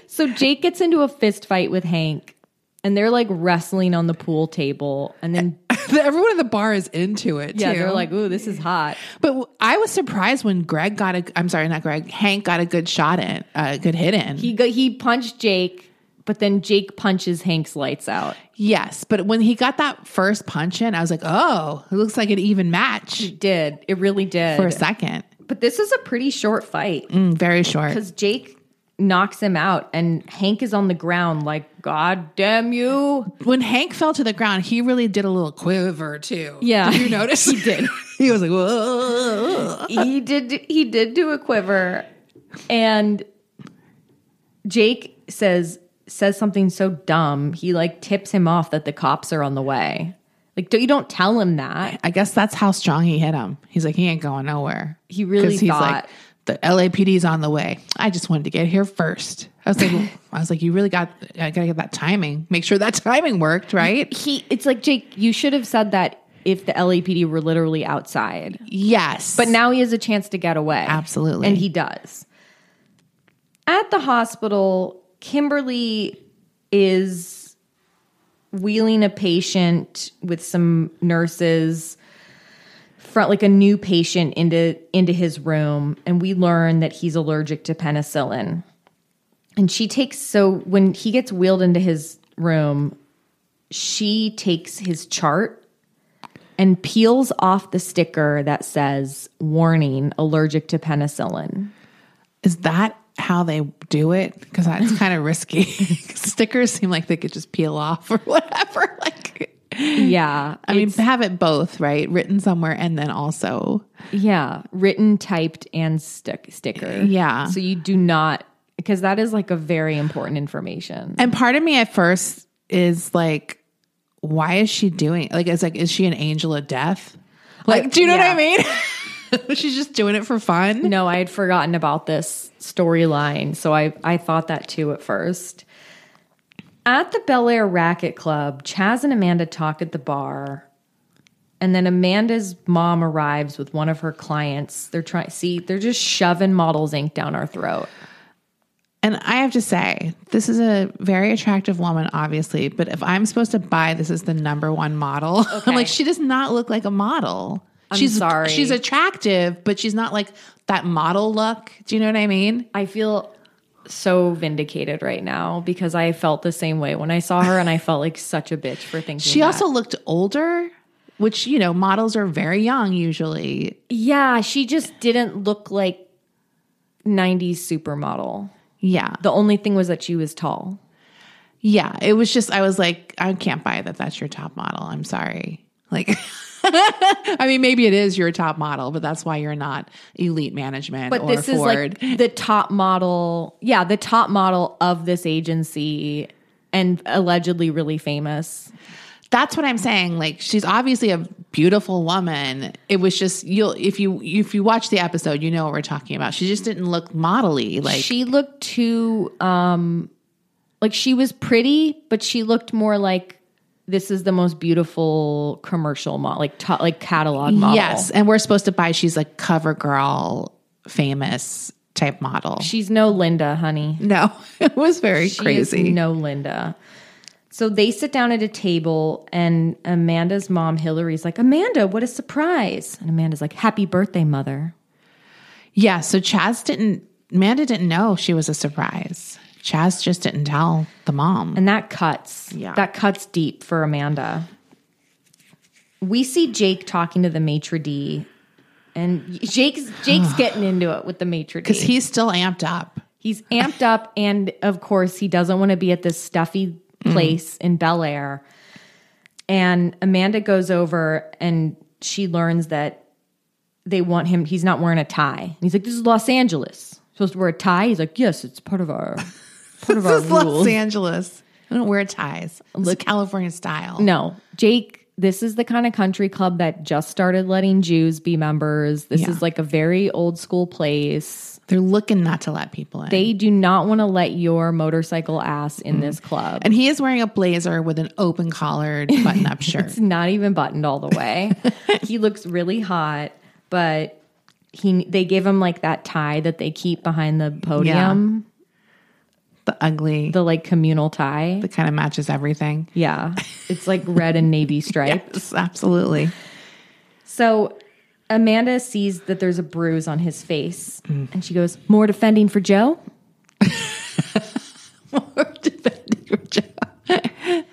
[SPEAKER 2] So Jake gets into a fist fight with Hank and they're like wrestling on the pool table. And then,
[SPEAKER 3] Everyone in the bar is into it.
[SPEAKER 2] yeah,
[SPEAKER 3] too.
[SPEAKER 2] they're like, Ooh, this is hot.
[SPEAKER 3] But w- I was surprised when Greg got a. I'm sorry, not Greg. Hank got a good shot in, a good hit in.
[SPEAKER 2] He, go, he punched Jake, but then Jake punches Hank's lights out.
[SPEAKER 3] Yes, but when he got that first punch in, I was like, "Oh, it looks like an even match
[SPEAKER 2] It did. It really did.
[SPEAKER 3] for a second.
[SPEAKER 2] But this is a pretty short fight
[SPEAKER 3] Mm, very short."
[SPEAKER 2] because Jake knocks him out and Hank is on the ground like, God damn you.
[SPEAKER 3] When Hank fell to the ground, he really did a little quiver too.
[SPEAKER 2] Yeah.
[SPEAKER 3] did you notice he did. he was like, "Whoa!"
[SPEAKER 2] he did he did do a quiver. And Jake says says something so dumb, he like tips him off that the cops are on the way. Like don't, you don't tell him that.
[SPEAKER 3] I guess that's how strong he hit him. He's like, "He ain't going nowhere."
[SPEAKER 2] He really
[SPEAKER 3] 'Cause he's
[SPEAKER 2] thought-
[SPEAKER 3] like, "The LAPD's on the way." I just wanted to get here first. I was like, "I was like, you really got. I gotta get that timing. Make sure that timing worked, right?"
[SPEAKER 2] He it's like Jake, you should have said that if the LAPD were literally outside.
[SPEAKER 3] yes,
[SPEAKER 2] But now he has a chance to get away.
[SPEAKER 3] Absolutely.
[SPEAKER 2] And he does. At the hospital, Kimberly is wheeling a patient with some nurses front like a new patient into into his room and we learn that he's allergic to penicillin. And she takes so when he gets wheeled into his room, she takes his chart and peels off the sticker that says warning allergic to penicillin
[SPEAKER 3] Is that how they do it? Because that's kind of risky. Stickers seem like they could just peel off or whatever. Like,
[SPEAKER 2] yeah.
[SPEAKER 3] I mean, have it both, right? Written somewhere and then also.
[SPEAKER 2] Yeah, written, typed, and stick sticker.
[SPEAKER 3] Yeah.
[SPEAKER 2] So you do not because that is like a very important information.
[SPEAKER 3] And part of me at first is like, why is she doing like it's like is she an angel of death? Like, do you know what I mean? She's just doing it for fun.
[SPEAKER 2] No, I had forgotten about this storyline, so I I thought that too at first. At the Bel Air Racket Club, Chaz and Amanda talk at the bar, and then Amanda's mom arrives with one of her clients. They're trying see they're just shoving Models Inc. down our throat.
[SPEAKER 3] And I have to say, this is a very attractive woman, obviously, but if I'm supposed to buy this as the number one model, I'm like, she does not look like a model.
[SPEAKER 2] I'm
[SPEAKER 3] she's
[SPEAKER 2] sorry.
[SPEAKER 3] She's attractive, but she's not like that model look. Do you know what I mean?
[SPEAKER 2] I feel so vindicated right now because I felt the same way when I saw her, and I felt like such a bitch for thinking.
[SPEAKER 3] She
[SPEAKER 2] that.
[SPEAKER 3] also looked older, which, you know, models are very young usually.
[SPEAKER 2] yeah, she just didn't look like '90s supermodel.
[SPEAKER 3] Yeah.
[SPEAKER 2] The only thing was that she was tall.
[SPEAKER 3] Yeah. It was just, I was like, I can't buy that that's your top model. I'm sorry. Like, I mean, maybe it is your top model, but that's why you're not elite management
[SPEAKER 2] But
[SPEAKER 3] or
[SPEAKER 2] this
[SPEAKER 3] Ford.
[SPEAKER 2] is like the top model. Yeah, the top model of this agency and allegedly really famous.
[SPEAKER 3] that's what I'm saying. Like she's obviously a beautiful woman. It was just you'll if you if you watch the episode, you know what we're talking about. She just didn't look modelly. Like
[SPEAKER 2] she looked too um like she was pretty, but she looked more like this is the most beautiful commercial model, like to- like catalog model.
[SPEAKER 3] yes, and we're supposed to buy. She's like cover girl, famous type model.
[SPEAKER 2] She's no Linda, honey.
[SPEAKER 3] no, it was very
[SPEAKER 2] She is
[SPEAKER 3] crazy.
[SPEAKER 2] no Linda. So they sit down at a table, and Amanda's mom, Hillary's like, Amanda, what a surprise. And Amanda's like, Happy birthday, mother.
[SPEAKER 3] yeah, so Chaz didn't. Amanda didn't know she was a surprise. Chaz just didn't tell the mom.
[SPEAKER 2] And that cuts.
[SPEAKER 3] Yeah.
[SPEAKER 2] That cuts deep for Amanda. We see Jake talking to the maitre d, and Jake's Jake's getting into it with the maitre d.
[SPEAKER 3] because he's still amped up.
[SPEAKER 2] He's amped up, and of course, he doesn't want to be at this stuffy
[SPEAKER 3] Mm-hmm.
[SPEAKER 2] place in Bel Air. And Amanda goes over and she learns that they want him, he's not wearing a tie. And he's like, This is Los Angeles. Supposed to wear a tie? He's like, Yes, it's part of our part of our
[SPEAKER 3] This is Los
[SPEAKER 2] rules.
[SPEAKER 3] Angeles. I don't wear ties. Look, California style.
[SPEAKER 2] no. Jake, this is the kind of country club that just started letting Jews be members. This
[SPEAKER 3] Yeah.
[SPEAKER 2] is like a very old school place.
[SPEAKER 3] They're looking not to let people in.
[SPEAKER 2] They do not want to let your motorcycle ass in this club.
[SPEAKER 3] Mm-hmm. and he is wearing a blazer with an open collared button up shirt.
[SPEAKER 2] It's not even buttoned all the way. he looks really hot, but he they give him like that tie that they keep behind the podium,
[SPEAKER 3] the ugly, the,
[SPEAKER 2] the like communal tie.
[SPEAKER 3] kind of matches everything.
[SPEAKER 2] yeah. It's like red and navy striped.
[SPEAKER 3] Yes, absolutely.
[SPEAKER 2] So Amanda sees that there's a bruise on his face
[SPEAKER 3] Mm.
[SPEAKER 2] and she goes, "More defending for Joe?"
[SPEAKER 3] Uh,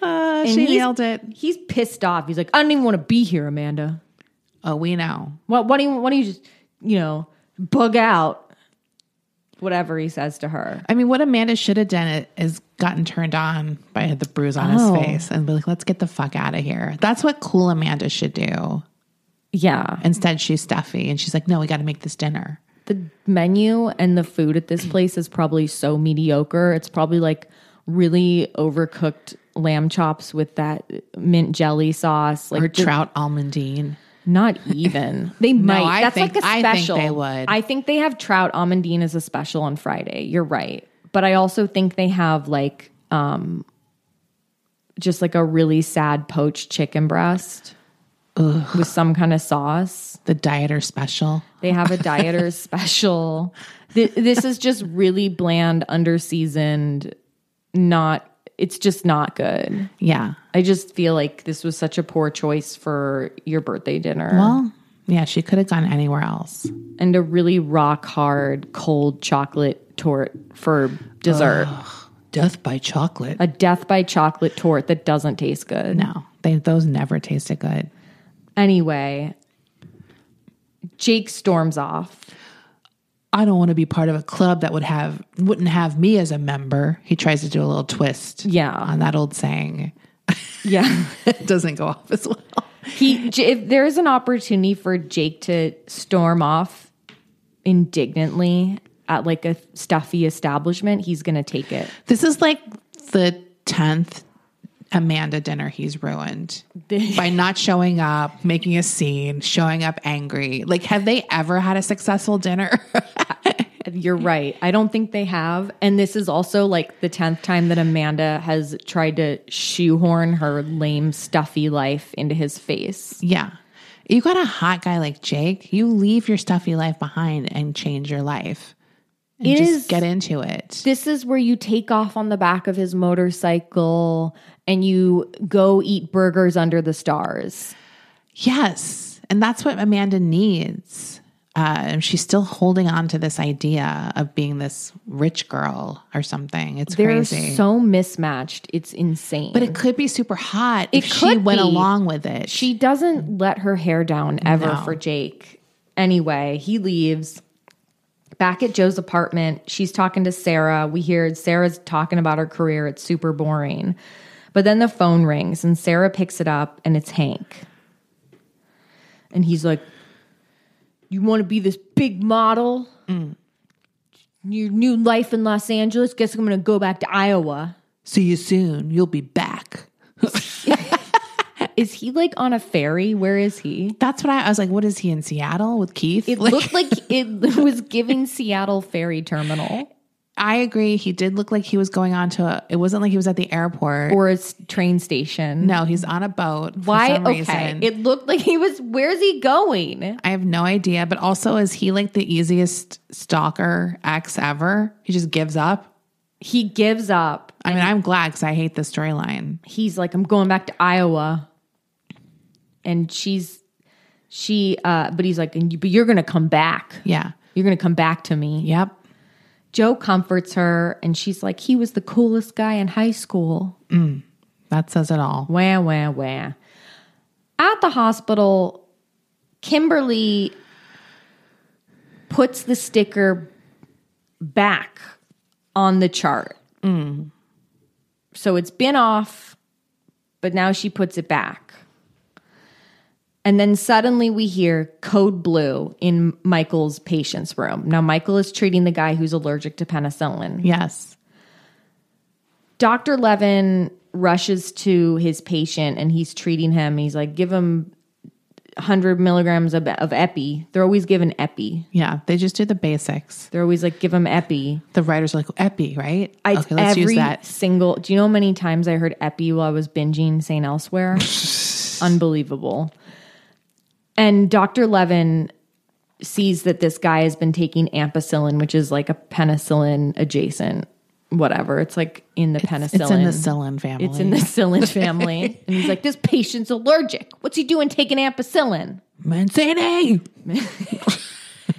[SPEAKER 2] And
[SPEAKER 3] she
[SPEAKER 2] he's-
[SPEAKER 3] nailed it.
[SPEAKER 2] He's pissed off. He's like, "I don't even want to be here, Amanda.
[SPEAKER 3] Oh, we know.
[SPEAKER 2] What what do you what do you just, you know, bug out?" Whatever he says to her.
[SPEAKER 3] I mean, what Amanda should have done i- is gotten turned on by the bruise on
[SPEAKER 2] Oh.
[SPEAKER 3] his face and be like, let's get the fuck out of here. That's what cool Amanda should do.
[SPEAKER 2] Yeah.
[SPEAKER 3] Instead, she's stuffy and she's like, no, we got to make this dinner.
[SPEAKER 2] The menu and the food at this place is probably so mediocre. It's probably like really overcooked lamb chops with that mint jelly sauce. Like
[SPEAKER 3] Or
[SPEAKER 2] just
[SPEAKER 3] trout almondine.
[SPEAKER 2] not even. They might.
[SPEAKER 3] I
[SPEAKER 2] That's
[SPEAKER 3] think-
[SPEAKER 2] like a
[SPEAKER 3] I think
[SPEAKER 2] special.
[SPEAKER 3] they would.
[SPEAKER 2] I think they have trout almondine as a special on Friday. You're right. But I also think they have like um just like a really sad poached chicken breast with some kind of sauce.
[SPEAKER 3] The dieter special.
[SPEAKER 2] They have a dieter's special. Th- this is just really bland, underseasoned, not, it's just not good.
[SPEAKER 3] Yeah.
[SPEAKER 2] I just feel like this was such a poor choice for your birthday dinner.
[SPEAKER 3] Well, yeah, she could have gone anywhere else.
[SPEAKER 2] and a really rock hard cold chocolate tort for dessert.
[SPEAKER 3] Death by chocolate.
[SPEAKER 2] A death by chocolate tort that doesn't taste good.
[SPEAKER 3] No, they, those never tasted good.
[SPEAKER 2] Anyway, Jake storms off.
[SPEAKER 3] I don't want to be part of a club that would have wouldn't have me as a member. He tries to do a little twist,
[SPEAKER 2] Yeah.
[SPEAKER 3] on that old saying.
[SPEAKER 2] Yeah.
[SPEAKER 3] it doesn't go off as well.
[SPEAKER 2] He, J- if there is an opportunity for Jake to storm off indignantly at like a stuffy establishment, he's going to take it.
[SPEAKER 3] This is like the 10th Amanda dinner he's ruined by not showing up, making a scene, showing up angry. Like, have they ever had a successful dinner?
[SPEAKER 2] You're right. I don't think they have. And this is also like the 10th time that Amanda has tried to shoehorn her lame, stuffy life into his face.
[SPEAKER 3] yeah. You got a hot guy like Jake, you leave your stuffy life behind and change your life. And
[SPEAKER 2] It
[SPEAKER 3] just
[SPEAKER 2] is-
[SPEAKER 3] get into it.
[SPEAKER 2] This is where you take off on the back of his motorcycle and you go eat burgers under the stars.
[SPEAKER 3] Yes. And that's what Amanda needs. Uh, and she's still holding on to this idea of being this rich girl or something. It's
[SPEAKER 2] They're
[SPEAKER 3] crazy.
[SPEAKER 2] so mismatched. It's insane.
[SPEAKER 3] but it could be super hot
[SPEAKER 2] It
[SPEAKER 3] if she
[SPEAKER 2] could
[SPEAKER 3] went
[SPEAKER 2] be.
[SPEAKER 3] along with it.
[SPEAKER 2] She doesn't let her hair down ever
[SPEAKER 3] No.
[SPEAKER 2] for Jake. Anyway, he leaves. Back at Joe's apartment, she's talking to Sarah. We hear Sarah's talking about her career. It's super boring. But then the phone rings and Sarah picks it up and it's Hank. And he's like, You want to be this big model?
[SPEAKER 3] Mm.
[SPEAKER 2] Your new life in Los Angeles? Guess I'm going to go back to Iowa.
[SPEAKER 3] see you soon. You'll be back.
[SPEAKER 2] Is he like on a ferry? Where is he?
[SPEAKER 3] That's what I, I was like. What is he in Seattle with Keith?
[SPEAKER 2] It looked like it was giving Seattle ferry terminal
[SPEAKER 3] I agree. He did look like he was going on to. A, it wasn't like he was at the airport.
[SPEAKER 2] or a s- train station.
[SPEAKER 3] no, he's on a boat. for
[SPEAKER 2] Why?
[SPEAKER 3] some
[SPEAKER 2] Okay.
[SPEAKER 3] reason.
[SPEAKER 2] It looked like he was, where's he going?
[SPEAKER 3] I have no idea. But also, is he like the easiest stalker ex ever? He just gives up.
[SPEAKER 2] He gives up.
[SPEAKER 3] I mean, I'm glad because I hate the storyline.
[SPEAKER 2] He's like, I'm going back to Iowa. And she's, she, uh, but he's like, and you, but you're going to come back.
[SPEAKER 3] Yeah.
[SPEAKER 2] You're going to come back to me.
[SPEAKER 3] Yep.
[SPEAKER 2] Joe comforts her and she's like, he was the coolest guy in high school.
[SPEAKER 3] That says it all.
[SPEAKER 2] Wah, wah, wah. At the hospital, Kimberly puts the sticker back on the chart. So it's been off, but now she puts it back. And then suddenly we hear code blue in Michael's patient's room. Now, Michael is treating the guy who's allergic to penicillin.
[SPEAKER 3] Yes.
[SPEAKER 2] Dr. Levin rushes to his patient and he's treating him. He's like, give him 100 milligrams of, of Epi. They're always given Epi.
[SPEAKER 3] Yeah. They just do the basics.
[SPEAKER 2] They're always like, give him Epi.
[SPEAKER 3] The writers are like Epi, right?
[SPEAKER 2] I,
[SPEAKER 3] okay, let's
[SPEAKER 2] every
[SPEAKER 3] use that.
[SPEAKER 2] single, do you know how many times I heard Epi while I was binging St. Elsewhere? Unbelievable. And Dr. Levin sees that this guy has been taking ampicillin, which is like a penicillin adjacent, whatever. It's like in the penicillin.
[SPEAKER 3] It's in the Cillin family.
[SPEAKER 2] It's in the Cillin family. and he's like, this patient's allergic. What's he doing taking ampicillin?
[SPEAKER 3] Mancini.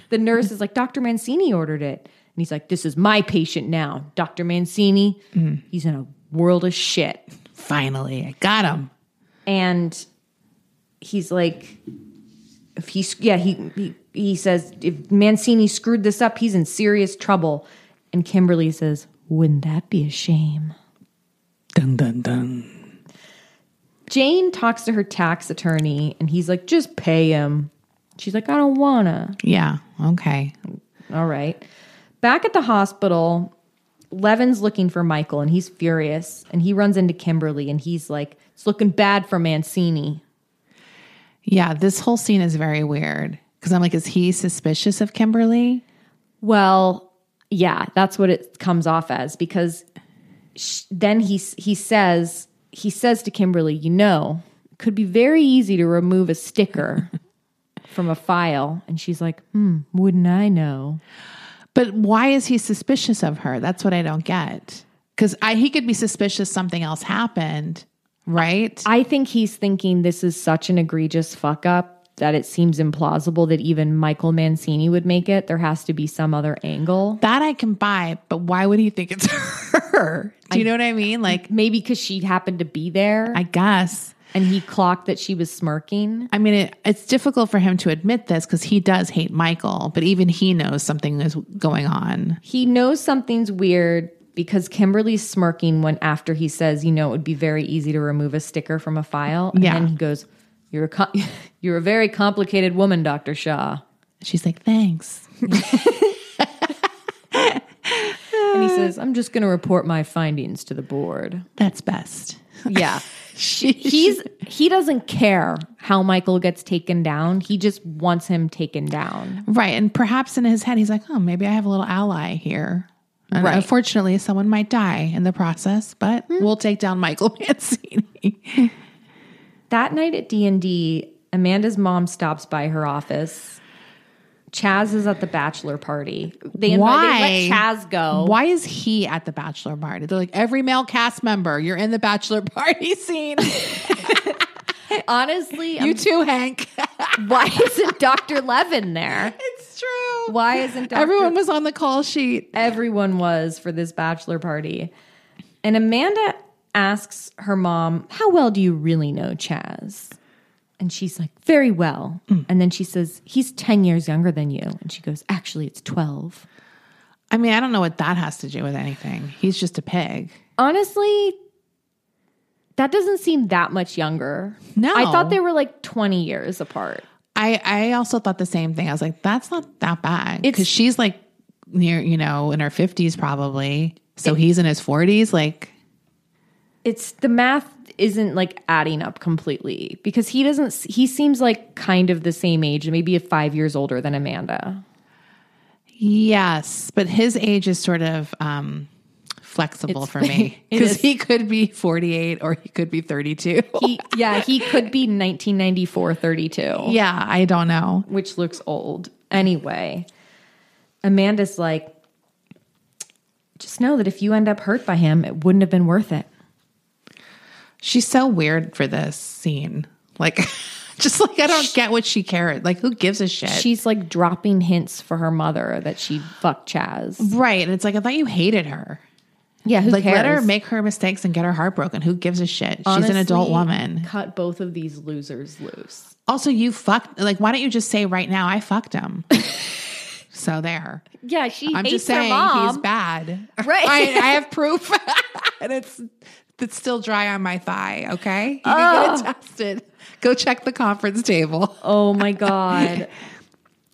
[SPEAKER 2] The nurse is like, Dr. Mancini ordered it. And he's like, this is my patient now. Dr. Mancini, he's in a world of shit.
[SPEAKER 3] Finally, I got him.
[SPEAKER 2] And he's like, if he's, yeah, he, he, he says, if Mancini screwed this up, he's in serious trouble. And Kimberly says, wouldn't that be a shame?
[SPEAKER 3] Dun dun dun.
[SPEAKER 2] Jane talks to her tax attorney and he's like, just pay him. She's like, I don't wanna.
[SPEAKER 3] Yeah. Okay.
[SPEAKER 2] All right. Back at the hospital, Levin's looking for Michael and he's furious and he runs into Kimberly and he's like, it's looking bad for Mancini.
[SPEAKER 3] Yeah. This whole scene is very weird because I'm like, is he suspicious of Kimberly?
[SPEAKER 2] Well, yeah, that's what it comes off as because sh- then he s- he says he says to Kimberly, you know, it could be very easy to remove a sticker from a file, and she's like, hmm, wouldn't I know?
[SPEAKER 3] But why is he suspicious of her? That's what I don't get. Because I he could be suspicious something else happened, right?
[SPEAKER 2] I think he's thinking this is such an egregious fuck up that it seems implausible that even Michael Mancini would make it. There has to be some other angle.
[SPEAKER 3] that I can buy, but why would he think it's her? Do you know what I mean? Like,
[SPEAKER 2] Maybe because she happened to be there
[SPEAKER 3] I guess.
[SPEAKER 2] and he clocked that she was smirking.
[SPEAKER 3] I mean, it, it's difficult for him to admit this because he does hate Michael, but even he knows something is going on.
[SPEAKER 2] He knows something's weird because Kimberly's smirking when after he says, you know, it would be very easy to remove a sticker from a file. And
[SPEAKER 3] Yeah.
[SPEAKER 2] then he goes, you're a, com- you're a very complicated woman, Dr. Shaw.
[SPEAKER 3] She's like, thanks.
[SPEAKER 2] And
[SPEAKER 3] Uh.
[SPEAKER 2] he says, I'm just going to report my findings to the board.
[SPEAKER 3] That's best.
[SPEAKER 2] Yeah.
[SPEAKER 3] She,
[SPEAKER 2] He's he doesn't care how Michael gets taken down. He just wants him taken down.
[SPEAKER 3] right. And perhaps in his head, he's like, oh, maybe I have a little ally here. And
[SPEAKER 2] Right. Hmm.
[SPEAKER 3] Unfortunately, someone might die in the process, but we'll take down Michael Mancini.
[SPEAKER 2] That night at D&D, Amanda's mom stops by her office. Chaz is at the bachelor party. They invited
[SPEAKER 3] Why?
[SPEAKER 2] let Chaz go.
[SPEAKER 3] Why is he at the bachelor party? They're like, every male cast member, you're in the bachelor party scene.
[SPEAKER 2] Honestly,
[SPEAKER 3] you
[SPEAKER 2] I'm-
[SPEAKER 3] too, Hank.
[SPEAKER 2] why isn't Dr. Levin there?
[SPEAKER 3] it's true.
[SPEAKER 2] Why isn't Dr.
[SPEAKER 3] Everyone was on the call sheet.
[SPEAKER 2] everyone was for this bachelor party. And Amanda asks her mom, How well do you really know Chaz? And she's like, Very well. And then she says, He's 10 years younger than you. And she goes, Actually, it's 12.
[SPEAKER 3] I mean, I don't know what that has to do with anything. He's just a pig.
[SPEAKER 2] Honestly, that doesn't seem that much younger.
[SPEAKER 3] No.
[SPEAKER 2] I thought they were like 20 years apart.
[SPEAKER 3] I I also thought the same thing. I was like, that's not that bad
[SPEAKER 2] It's-
[SPEAKER 3] because she's like near you know in her fifties probably. So he's in his forties. Like
[SPEAKER 2] It's the math isn't like adding up completely because he doesn't, he seems like kind of the same age, maybe five years older than Amanda.
[SPEAKER 3] yes, but his age is sort of um, flexible for me
[SPEAKER 2] it
[SPEAKER 3] because
[SPEAKER 2] is.
[SPEAKER 3] he could be forty eight or he could be thirty two.
[SPEAKER 2] he, yeah, he could be 1994 32,
[SPEAKER 3] Yeah, I don't know.
[SPEAKER 2] which looks old. Anyway, Amanda's like, just know that if you end up hurt by him, it wouldn't have been worth it.
[SPEAKER 3] She's so weird for this scene. Like, just like I don't get what she cared. Like, who gives a shit?
[SPEAKER 2] She's like dropping hints for her mother that she fucked Chaz.
[SPEAKER 3] right, and it's like I thought you hated her.
[SPEAKER 2] Yeah, who
[SPEAKER 3] like
[SPEAKER 2] cares?
[SPEAKER 3] let her make her mistakes and get her heartbroken. Who gives a shit? She's an adult
[SPEAKER 2] Honestly,
[SPEAKER 3] woman.
[SPEAKER 2] Cut both of these losers loose.
[SPEAKER 3] Also, you fucked. Like, why don't you just say right now, I fucked him? so there.
[SPEAKER 2] Yeah, she
[SPEAKER 3] I'm
[SPEAKER 2] hates
[SPEAKER 3] just
[SPEAKER 2] her
[SPEAKER 3] saying
[SPEAKER 2] mom.
[SPEAKER 3] he's bad.
[SPEAKER 2] Right.
[SPEAKER 3] I, I have proof, and it's it's still dry on my thigh. Okay, you can get it tested. Go check the conference table.
[SPEAKER 2] Oh my God.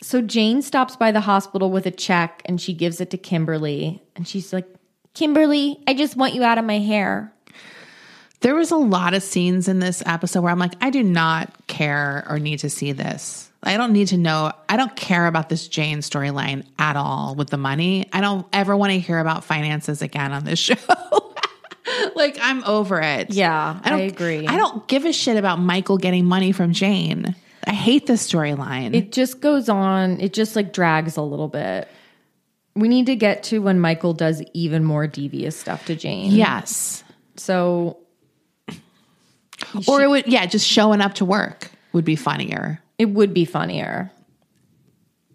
[SPEAKER 2] so Jane stops by the hospital with a check and she gives it to Kimberly. And she's like, Kimberly, I just want you out of my hair.
[SPEAKER 3] There was a lot of scenes in this episode where I'm like, I do not care or need to see this. I don't need to know. I don't care about this Jane storyline at all with the money. I don't ever want to hear about finances again on this show. like, I'm over it.
[SPEAKER 2] Yeah,
[SPEAKER 3] don't,
[SPEAKER 2] I agree.
[SPEAKER 3] I don't give a shit about Michael getting money from Jane. I hate this storyline.
[SPEAKER 2] It just goes on, it just like drags a little bit. We need to get to when Michael does even more devious stuff to Jane.
[SPEAKER 3] Yes.
[SPEAKER 2] So
[SPEAKER 3] or it would, yeah, just showing up to work would be funnier.
[SPEAKER 2] It would be funnier.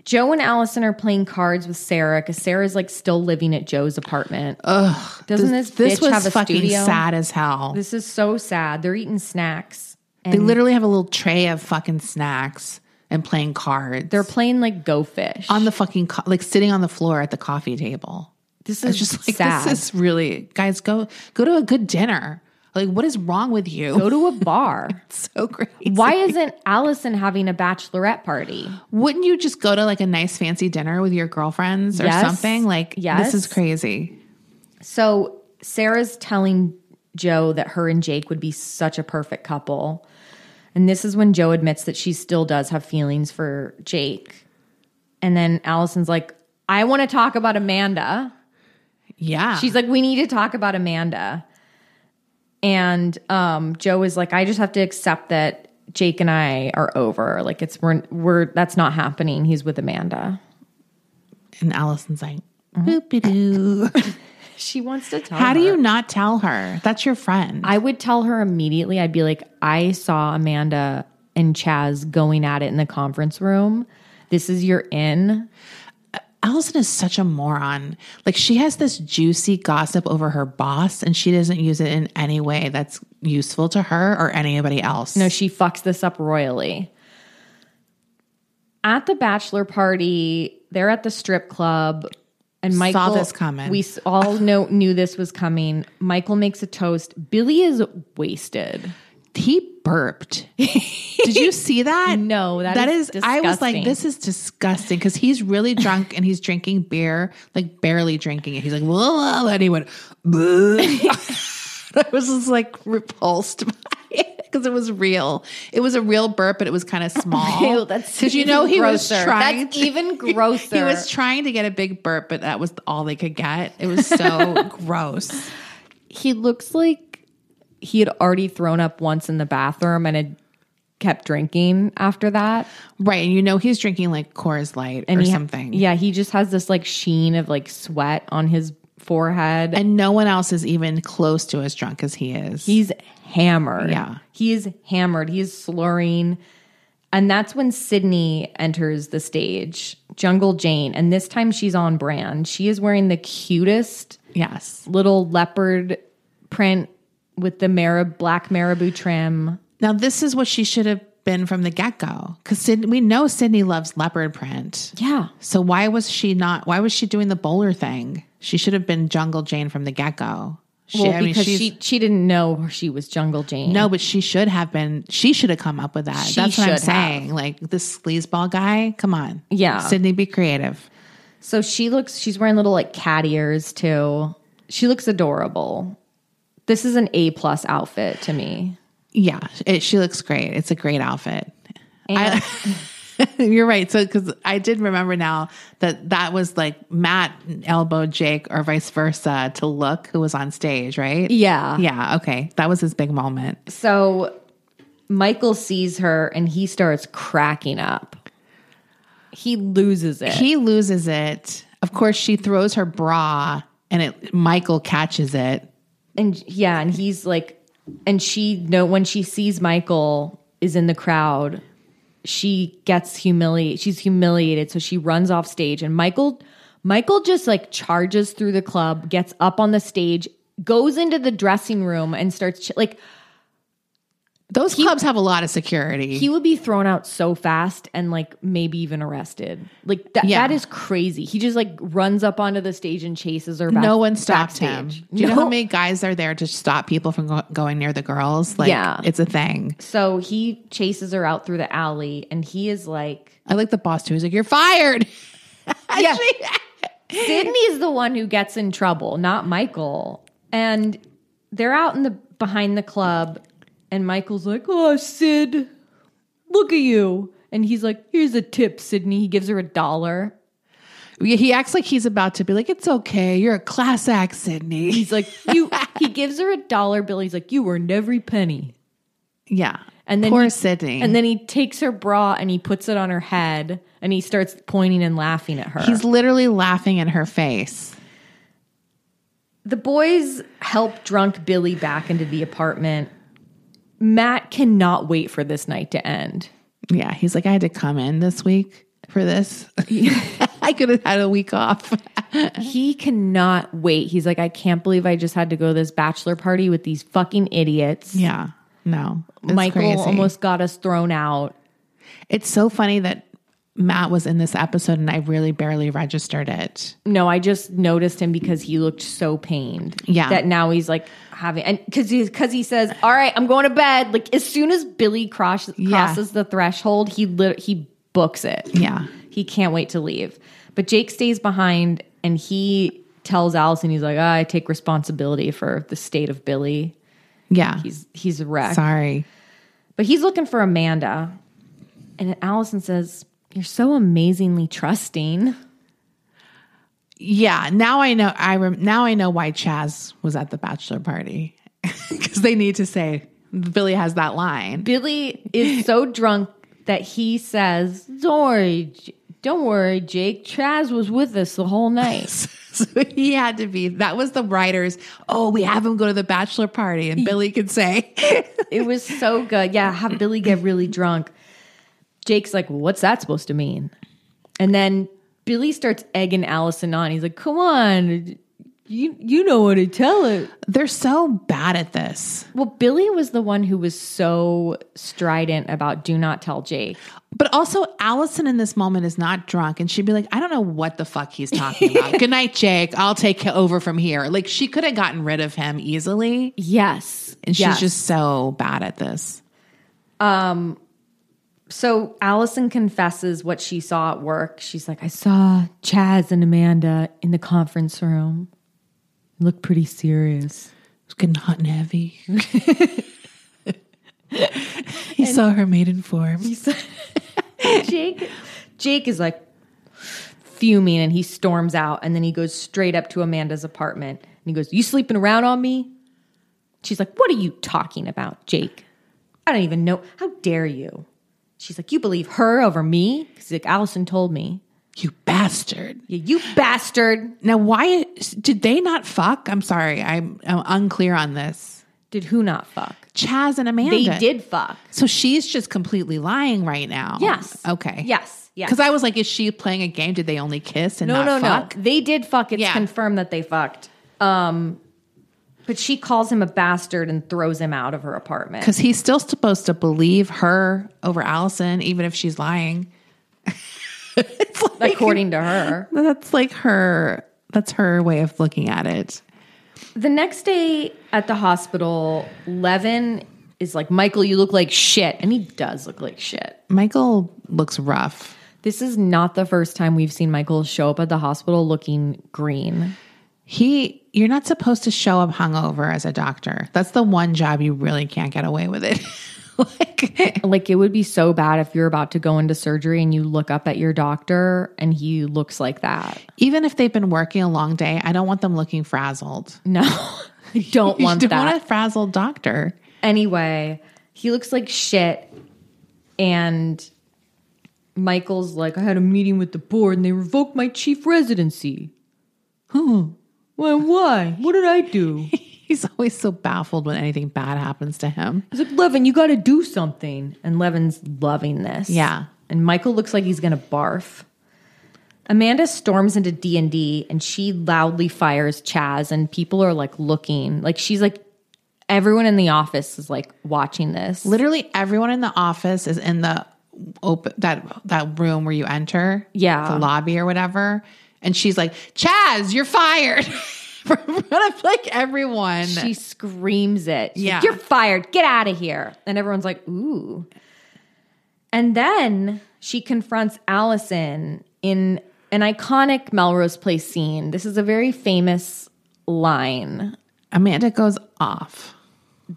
[SPEAKER 2] Joe and Allison are playing cards with Sarah because Sarah's like still living at Joe's apartment.
[SPEAKER 3] Oh.
[SPEAKER 2] Ugh. Doesn't this,
[SPEAKER 3] this
[SPEAKER 2] bitch
[SPEAKER 3] was
[SPEAKER 2] have a
[SPEAKER 3] fucking
[SPEAKER 2] studio?
[SPEAKER 3] sad as hell.
[SPEAKER 2] This is so sad. They're eating snacks.
[SPEAKER 3] They literally have a little tray of fucking snacks and playing cards.
[SPEAKER 2] They're playing like go fish.
[SPEAKER 3] on the fucking co- like sitting on the floor at the coffee table.
[SPEAKER 2] this
[SPEAKER 3] It's
[SPEAKER 2] is
[SPEAKER 3] just like
[SPEAKER 2] sad.
[SPEAKER 3] this is really guys go go to a good dinner. Like what is wrong with you?
[SPEAKER 2] Go to a bar.
[SPEAKER 3] so crazy.
[SPEAKER 2] Why isn't Allison having a bachelorette party?
[SPEAKER 3] wouldn't you just go to like a nice fancy dinner with your girlfriends or
[SPEAKER 2] Yes.
[SPEAKER 3] something? Like
[SPEAKER 2] Yes.
[SPEAKER 3] this is crazy.
[SPEAKER 2] So Sarah's telling Joe that her and Jake would be such a perfect couple. And this is when Joe admits that she still does have feelings for Jake. And then Allison's like, I want to talk about Amanda.
[SPEAKER 3] Yeah.
[SPEAKER 2] She's like, we need to talk about Amanda. And um, Joe is like, I just have to accept that Jake and I are over. Like it's we're we're that's not happening. He's with Amanda.
[SPEAKER 3] and Allison's like boop
[SPEAKER 2] She wants to tell.
[SPEAKER 3] How do
[SPEAKER 2] her.
[SPEAKER 3] you not tell her? That's your friend.
[SPEAKER 2] I would tell her immediately. I'd be like, I saw Amanda and Chaz going at it in the conference room. This is your in.
[SPEAKER 3] Allison is such a moron. Like she has this juicy gossip over her boss and she doesn't use it in any way that's useful to her or anybody else.
[SPEAKER 2] No, she fucks this up royally. At the bachelor party, they're at the strip club. And
[SPEAKER 3] Saw
[SPEAKER 2] Michael
[SPEAKER 3] this coming.
[SPEAKER 2] We s- all know knew this was coming. Michael makes a toast. Billy is wasted.
[SPEAKER 3] He burped. Did you see that?
[SPEAKER 2] No, that is
[SPEAKER 3] I was like,
[SPEAKER 2] disgusting.
[SPEAKER 3] this is disgusting because he's really drunk and he's drinking beer, like barely drinking it. He's like, "Whoa," and he went. "Bleh." I was just like repulsed by it because it was real. It was a real burp, but it was kind of small.
[SPEAKER 2] Ew, that's
[SPEAKER 3] because you know
[SPEAKER 2] even
[SPEAKER 3] he was
[SPEAKER 2] grosser.
[SPEAKER 3] trying.
[SPEAKER 2] That's even
[SPEAKER 3] He
[SPEAKER 2] grosser.
[SPEAKER 3] was trying to get a big burp, but that was all they could get. It was so gross.
[SPEAKER 2] He looks like he had already thrown up once in the bathroom and had kept drinking after that.
[SPEAKER 3] Right. And you know he's drinking like Coors Light or
[SPEAKER 2] he-
[SPEAKER 3] something.
[SPEAKER 2] Yeah, he just has this like sheen of like sweat on his forehead.
[SPEAKER 3] And no one else is even close to as drunk as he is.
[SPEAKER 2] He's hammered.
[SPEAKER 3] Yeah.
[SPEAKER 2] He is hammered. He is slurring. And that's when Sydney enters the stage, Jungle Jane. And this time she's on brand. She is wearing the cutest
[SPEAKER 3] yes.
[SPEAKER 2] little leopard print with the marib- black marabou trim.
[SPEAKER 3] Now this is what she should have been from the get go because we know Sydney loves leopard print.
[SPEAKER 2] Yeah.
[SPEAKER 3] So why was she not? Why was she doing the bowler thing? She should have been Jungle Jane from the get go. She,
[SPEAKER 2] Well,
[SPEAKER 3] I mean,
[SPEAKER 2] because
[SPEAKER 3] she's-
[SPEAKER 2] she, she didn't know she was Jungle Jane.
[SPEAKER 3] no, but she should have been. She should have come up with that.
[SPEAKER 2] She
[SPEAKER 3] That's what I'm
[SPEAKER 2] should have.
[SPEAKER 3] saying. Like this sleazeball guy. Come on,
[SPEAKER 2] Yeah.
[SPEAKER 3] Sydney, be creative.
[SPEAKER 2] So she looks, she's wearing little like cat ears too. She looks adorable. This is an A plus outfit to me.
[SPEAKER 3] Yeah, it, she looks great. It's a great outfit. I, you're right. So, because I did remember now that that was like Matt elbowed Jake or vice versa to look who was on stage, right?
[SPEAKER 2] Yeah.
[SPEAKER 3] Yeah. Okay. That was his big moment.
[SPEAKER 2] So Michael sees her and he starts cracking up. He loses it.
[SPEAKER 3] He loses it. Of course, she throws her bra and it, Michael catches it.
[SPEAKER 2] and yeah, and he's like and she no when she sees Michael is in the crowd, she gets humiliated. She's humiliated, so she runs off stage and Michael Michael just like charges through the club, gets up on the stage, goes into the dressing room and starts ch- like
[SPEAKER 3] Those clubs have a lot of security.
[SPEAKER 2] he would be thrown out so fast and like maybe even arrested. Like that,
[SPEAKER 3] Yeah.
[SPEAKER 2] that is crazy. He just like runs up onto the stage and chases her. Back,
[SPEAKER 3] no one stopped
[SPEAKER 2] backstage.
[SPEAKER 3] him. Do you know
[SPEAKER 2] No.
[SPEAKER 3] how many guys are there to stop people from go- going near the girls? Like,
[SPEAKER 2] Yeah.
[SPEAKER 3] it's a thing.
[SPEAKER 2] So he chases her out through the alley, and he is like,
[SPEAKER 3] I like the boss too. He's like, "You're fired."
[SPEAKER 2] "Yeah." Sydney is the one who gets in trouble, not Michael. And they're out in the behind the club, and Michael's like, "Oh, Sid, look at you." And he's like, "Here's a tip, Sydney." He gives her a dollar.
[SPEAKER 3] Yeah, He acts like he's about to be like, "It's okay. You're a class act, Sydney."
[SPEAKER 2] He's like, you. he gives her a dollar bill. He's like, you earned every penny.
[SPEAKER 3] Yeah,
[SPEAKER 2] And then
[SPEAKER 3] poor
[SPEAKER 2] he-
[SPEAKER 3] Sydney.
[SPEAKER 2] And then he takes her bra and he puts it on her head and he starts pointing and laughing at her.
[SPEAKER 3] he's literally laughing in her face.
[SPEAKER 2] the boys help drunk Billy back into the apartment. Matt cannot wait for this night to end.
[SPEAKER 3] Yeah, he's like, "I had to come in this week for this. I could have had a week off."
[SPEAKER 2] He cannot wait. He's like, I can't believe I just had to go to this bachelor party with these fucking idiots.
[SPEAKER 3] Yeah, no, it's
[SPEAKER 2] Michael
[SPEAKER 3] crazy.
[SPEAKER 2] almost got us thrown out.
[SPEAKER 3] It's so funny that Matt was in this episode, and I really barely registered it.
[SPEAKER 2] No, I just noticed him because he looked so pained.
[SPEAKER 3] Yeah.
[SPEAKER 2] That now he's like having, and because he, cause he says, All right, I'm going to bed. Like, as soon as Billy cross,
[SPEAKER 3] Yeah.
[SPEAKER 2] crosses the threshold, he lit, he books it.
[SPEAKER 3] Yeah.
[SPEAKER 2] He can't wait to leave. But Jake stays behind and he tells Allison, He's like, "Ah, I take responsibility for the state of Billy.
[SPEAKER 3] Yeah,
[SPEAKER 2] He's, he's a wreck.
[SPEAKER 3] sorry.
[SPEAKER 2] But he's looking for Amanda. And Allison says, You're so amazingly trusting.
[SPEAKER 3] Yeah, now I know. I rem- now I know why Chaz was at the bachelor party because they need to say Billy has that line.
[SPEAKER 2] Billy is so drunk that he says, "Don't worry, J- don't worry, Jake. Chaz was with us the whole night."
[SPEAKER 3] So he had to be. That was the writers. Oh, we have him go to the bachelor party, and Billy could say,
[SPEAKER 2] it was so good. Yeah, have Billy get really drunk. Jake's like, "What's that supposed to mean?" And then Billy starts egging Allison on. He's like, "Come on, You you know what to tell it.
[SPEAKER 3] They're so bad at this.
[SPEAKER 2] Well, Billy was the one who was so strident about do not tell Jake.
[SPEAKER 3] But also, Allison in this moment is not drunk, and she'd be like, I don't know what the fuck he's talking about. Good night, Jake. I'll take over from here. Like, she could have gotten rid of him easily,
[SPEAKER 2] Yes.
[SPEAKER 3] and she's just so bad at this.
[SPEAKER 2] So Allison confesses what she saw at work. She's like, I saw Chaz and Amanda in the conference room. Look pretty serious.
[SPEAKER 3] It's getting hot and heavy. he saw her maiden form.
[SPEAKER 2] Jake Jake is like fuming and he storms out and then he goes straight up to Amanda's apartment and he goes, You sleeping around on me? She's like, What are you talking about, Jake? I don't even know. How dare you? She's like, You believe her over me? He's like, Allison told me.
[SPEAKER 3] You bastard.
[SPEAKER 2] Yeah, you bastard.
[SPEAKER 3] Now, why did they not fuck? I'm sorry. I'm, I'm unclear on this.
[SPEAKER 2] Did who not fuck?
[SPEAKER 3] Chaz and Amanda.
[SPEAKER 2] They did fuck.
[SPEAKER 3] So she's just completely lying right now.
[SPEAKER 2] Yes.
[SPEAKER 3] Oh, Okay.
[SPEAKER 2] Yes. Yes.
[SPEAKER 3] Because I was like, is she playing a game? Did they only kiss and
[SPEAKER 2] no, no,
[SPEAKER 3] not fuck?
[SPEAKER 2] no. They did fuck. It's
[SPEAKER 3] Yeah.
[SPEAKER 2] confirmed that they fucked. Um, but she calls him a bastard and throws him out of her apartment.
[SPEAKER 3] Because he's still supposed to believe her over Allison, even if she's lying. it's like,
[SPEAKER 2] according to her.
[SPEAKER 3] that's like her. That's her way of looking at it.
[SPEAKER 2] The next day at the hospital, Levin is like, Michael, you look like shit. And he does look like shit.
[SPEAKER 3] Michael looks rough.
[SPEAKER 2] This is not the first time we've seen Michael show up at the hospital looking green.
[SPEAKER 3] He, you're not supposed to show up hungover as a doctor. That's the one job you really can't get away with it. like,
[SPEAKER 2] Like, it would be so bad if you're about to go into surgery and you look up at your doctor and he looks like that.
[SPEAKER 3] even if they've been working a long day, I don't want them looking frazzled.
[SPEAKER 2] No, I don't
[SPEAKER 3] You
[SPEAKER 2] want
[SPEAKER 3] don't
[SPEAKER 2] that.
[SPEAKER 3] want a frazzled doctor.
[SPEAKER 2] Anyway, he looks like shit. And Michael's like, I had a meeting with the board and they revoked my chief residency. Huh. Why? Why? What did I do?
[SPEAKER 3] He's always so baffled when anything bad happens to him.
[SPEAKER 2] He's like, Levin, you got to do something. And Levin's loving this.
[SPEAKER 3] Yeah.
[SPEAKER 2] And Michael looks like he's going to barf. Amanda storms into D&D and she loudly fires Chaz and people are like looking. Like she's like everyone in the office is like watching this.
[SPEAKER 3] Literally everyone in the office is in the open that that room where you enter.
[SPEAKER 2] Yeah.
[SPEAKER 3] The lobby or whatever. And she's like, Chaz, you're fired. From front of like everyone.
[SPEAKER 2] She screams it. She's like,
[SPEAKER 3] Yeah.
[SPEAKER 2] You're fired. Get out of here. And everyone's like, ooh. And then she confronts Allison in an iconic Melrose Place scene. This is a very famous line.
[SPEAKER 3] Amanda goes off.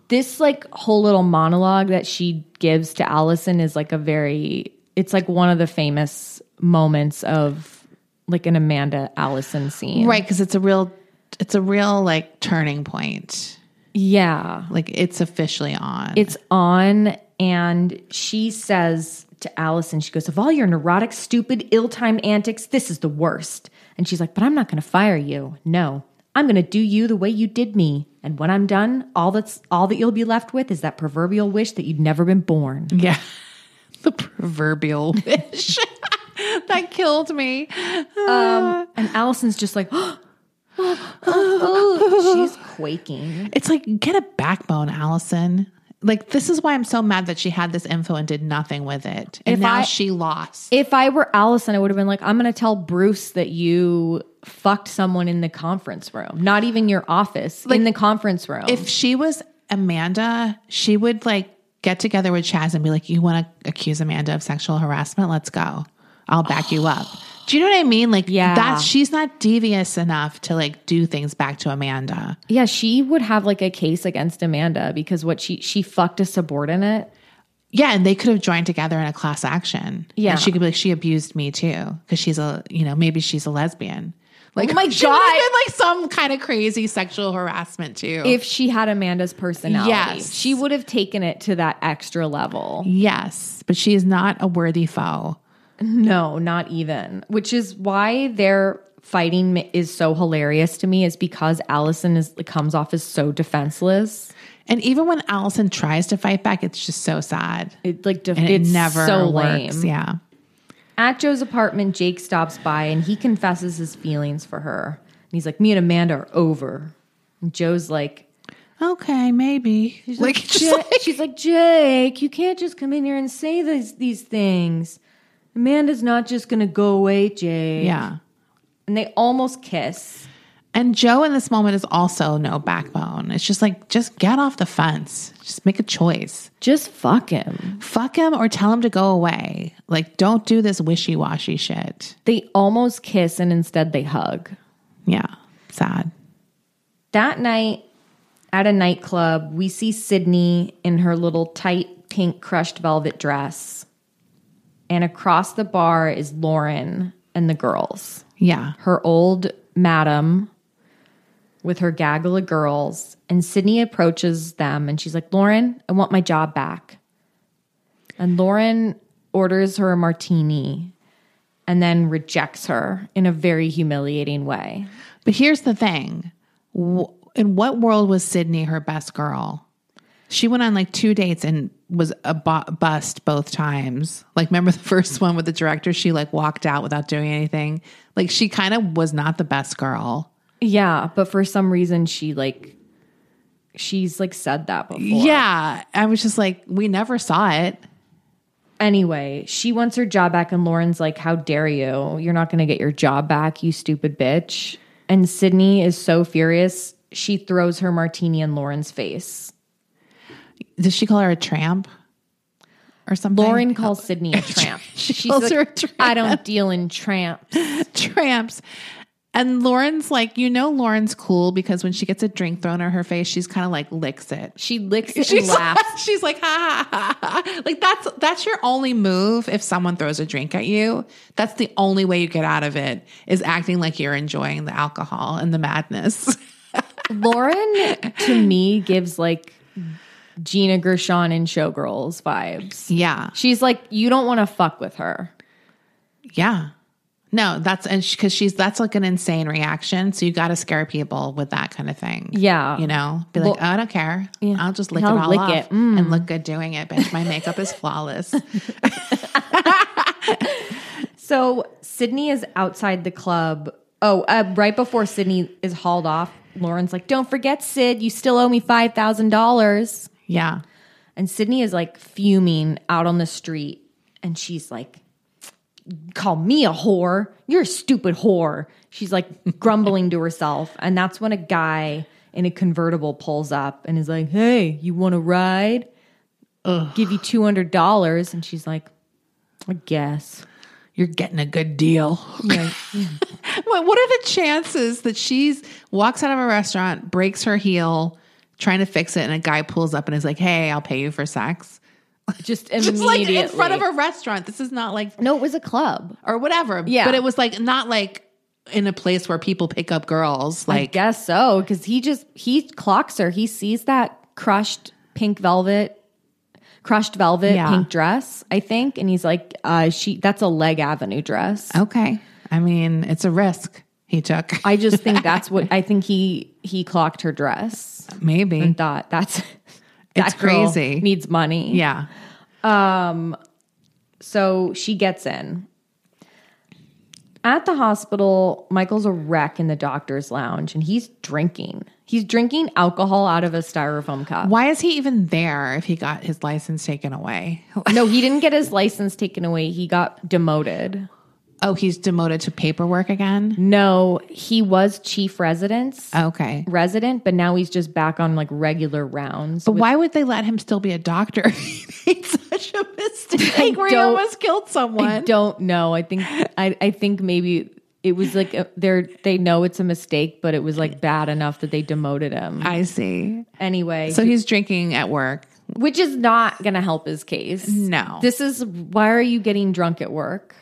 [SPEAKER 2] This like whole little monologue that she gives to Allison is like a very it's like one of the famous moments of like an Amanda Allison scene.
[SPEAKER 3] Right, because it's a real it's a real like turning point.
[SPEAKER 2] Yeah.
[SPEAKER 3] Like it's officially on.
[SPEAKER 2] It's on, and she says to Allison, she goes, Of all your neurotic, stupid, ill timed antics, this is the worst. And she's like, But I'm not going to fire you. No, I'm going to do you the way you did me. And when I'm done, all that's all that you'll be left with is that proverbial wish that you'd never been born.
[SPEAKER 3] Yeah. The proverbial wish. that killed me.
[SPEAKER 2] And Allison's just like, oh, oh, she's quaking.
[SPEAKER 3] It's like, get a backbone, Allison. Like, this is why I'm so mad that she had this info and did nothing with it. And
[SPEAKER 2] If
[SPEAKER 3] now
[SPEAKER 2] I-
[SPEAKER 3] she lost.
[SPEAKER 2] If I were Allison, I would have been like, I'm going to tell Bruce that you fucked someone in the conference room, not even your office, in the conference room.
[SPEAKER 3] If she was Amanda, she would like get together with Chaz and be like, you want to accuse Amanda of sexual harassment? Let's go. I'll back you up. Do you know what I mean? Like,
[SPEAKER 2] Yeah.
[SPEAKER 3] that's she's not devious enough to like do things back to Amanda.
[SPEAKER 2] Yeah, she would have like a case against Amanda because what she she fucked a subordinate.
[SPEAKER 3] Yeah, and they could have joined together in a class action.
[SPEAKER 2] Yeah.
[SPEAKER 3] and she could be like, she abused me too because she's a, you know, maybe she's a lesbian. Like,
[SPEAKER 2] Oh my
[SPEAKER 3] she would have
[SPEAKER 2] God.
[SPEAKER 3] been like some kind of crazy sexual harassment too.
[SPEAKER 2] If she had Amanda's personality,
[SPEAKER 3] Yes.
[SPEAKER 2] she would have taken it to that extra level.
[SPEAKER 3] yes, but she is not a worthy foe.
[SPEAKER 2] No, not even. Which is why their fighting m- is so hilarious to me is because Allison is comes off as so defenseless.
[SPEAKER 3] And even when Allison tries to fight back, it's just so sad.
[SPEAKER 2] It like def-
[SPEAKER 3] And it
[SPEAKER 2] it's
[SPEAKER 3] never
[SPEAKER 2] so
[SPEAKER 3] works.
[SPEAKER 2] lame.
[SPEAKER 3] Yeah.
[SPEAKER 2] At Joe's apartment, Jake stops by and he confesses his feelings for her. he's like, me and Amanda are over. And Joe's like,
[SPEAKER 3] Okay, maybe. like,
[SPEAKER 2] like,
[SPEAKER 3] just
[SPEAKER 2] "Ja-
[SPEAKER 3] like-
[SPEAKER 2] she's like Jake, you can't just come in here and say these these things. Amanda's not just gonna go away, Jake.
[SPEAKER 3] yeah.
[SPEAKER 2] and they almost kiss.
[SPEAKER 3] And Joe in this moment is also no backbone. It's just like, just get off the fence. Just make a choice.
[SPEAKER 2] Just fuck him.
[SPEAKER 3] Fuck him or tell him to go away. Like, don't do this wishy washy shit.
[SPEAKER 2] They almost kiss, and instead they hug.
[SPEAKER 3] Yeah. Sad.
[SPEAKER 2] That night at a nightclub, we see Sydney in her little tight pink crushed velvet dress. And across the bar is Lauren and the girls.
[SPEAKER 3] Yeah.
[SPEAKER 2] Her old madam with her gaggle of girls. And Sydney approaches them and she's like, Lauren, I want my job back. And Lauren orders her a martini and then rejects her in a very humiliating way.
[SPEAKER 3] But here's the thing W- in what world was Sydney her best girl? She went on like two dates and was a bu- bust both times. Like, remember the first one with the director? She like walked out without doing anything. Like, she kind of was not the best girl.
[SPEAKER 2] Yeah, but for some reason she like she's like said that before.
[SPEAKER 3] Yeah. I was just like, we never saw it.
[SPEAKER 2] Anyway, she wants her job back and Lauren's like, "How dare you? You're not going to get your job back, you stupid bitch." And Sydney is so furious, she throws her martini in Lauren's face.
[SPEAKER 3] Does she call her a tramp or something?
[SPEAKER 2] Lauren calls Sydney a tramp.
[SPEAKER 3] She calls her a tramp.
[SPEAKER 2] I don't deal in tramps.
[SPEAKER 3] tramps. And Lauren's like, you know, Lauren's cool because when she gets a drink thrown in her face, she's kind of like licks it.
[SPEAKER 2] She licks it and
[SPEAKER 3] She's
[SPEAKER 2] laughs.
[SPEAKER 3] she's like, ha, ha, ha, ha. Like that's that's your only move if someone throws a drink at you. That's the only way you get out of it is acting like you're enjoying the alcohol and the madness.
[SPEAKER 2] Lauren to me gives like Gina Gershon in Showgirls vibes.
[SPEAKER 3] Yeah.
[SPEAKER 2] She's like, "You don't want to fuck with her."
[SPEAKER 3] Yeah. No, that's and because she's that's like an insane reaction. So you got to scare people with that kind of thing.
[SPEAKER 2] Yeah.
[SPEAKER 3] you know, be like, oh, I don't care. I'll just lick
[SPEAKER 2] I'll
[SPEAKER 3] it Mm. all
[SPEAKER 2] lick
[SPEAKER 3] off
[SPEAKER 2] it.
[SPEAKER 3] and look good doing it, bitch. My makeup is flawless.
[SPEAKER 2] So Sydney is outside the club. Oh, uh, right before Sydney is hauled off, Lauren's like, "Don't forget, Sid, you still owe me five thousand dollars."
[SPEAKER 3] yeah,
[SPEAKER 2] And Sydney is like fuming out on the street, and she's like, "Call me a whore? You're a stupid whore." She's like grumbling to herself, and that's when a guy in a convertible pulls up and is like, "Hey, you want to ride? Give you two hundred dollars." And she's like, "I guess."
[SPEAKER 3] you're getting a good deal. what, what are the chances that she's walks out of a restaurant, breaks her heel, trying to fix it, and a guy pulls up and is like, "Hey, I'll pay you for sex."
[SPEAKER 2] just
[SPEAKER 3] Just
[SPEAKER 2] immediately
[SPEAKER 3] like in front of a restaurant. This is not like
[SPEAKER 2] No, it was a club.
[SPEAKER 3] or whatever.
[SPEAKER 2] Yeah.
[SPEAKER 3] But it was like not like in a place where people pick up girls.
[SPEAKER 2] I
[SPEAKER 3] Like
[SPEAKER 2] guess so because he just he clocks her. He sees that crushed pink velvet, crushed velvet
[SPEAKER 3] Yeah.
[SPEAKER 2] pink dress, I think, and he's like, uh, "She, that's a Leg Avenue dress."
[SPEAKER 3] okay. I mean, it's a risk he took.
[SPEAKER 2] I just think that's what I think he he clocked her dress
[SPEAKER 3] Maybe.
[SPEAKER 2] and thought that's that
[SPEAKER 3] It's
[SPEAKER 2] girl
[SPEAKER 3] crazy.
[SPEAKER 2] needs money.
[SPEAKER 3] yeah.
[SPEAKER 2] So she gets in. At the hospital, Michael's a wreck in the doctor's lounge and he's drinking. He's drinking alcohol out of a styrofoam cup.
[SPEAKER 3] Why is he even there if he got his license taken away?
[SPEAKER 2] No, he didn't get his license taken away. He got demoted.
[SPEAKER 3] Oh, he's demoted to paperwork again?
[SPEAKER 2] No, he was chief residence
[SPEAKER 3] Okay.
[SPEAKER 2] resident, but now he's just back on like regular rounds.
[SPEAKER 3] But why would they let him still be a doctor? he made such a mistake where he
[SPEAKER 2] don't-
[SPEAKER 3] almost killed someone.
[SPEAKER 2] I don't know. I think I, I think maybe it was like a, they're they know it's a mistake, but it was like bad enough that they demoted him.
[SPEAKER 3] I see.
[SPEAKER 2] Anyway,
[SPEAKER 3] So he's drinking at work.
[SPEAKER 2] which is not going to help his case.
[SPEAKER 3] No.
[SPEAKER 2] This is why are you getting drunk at work?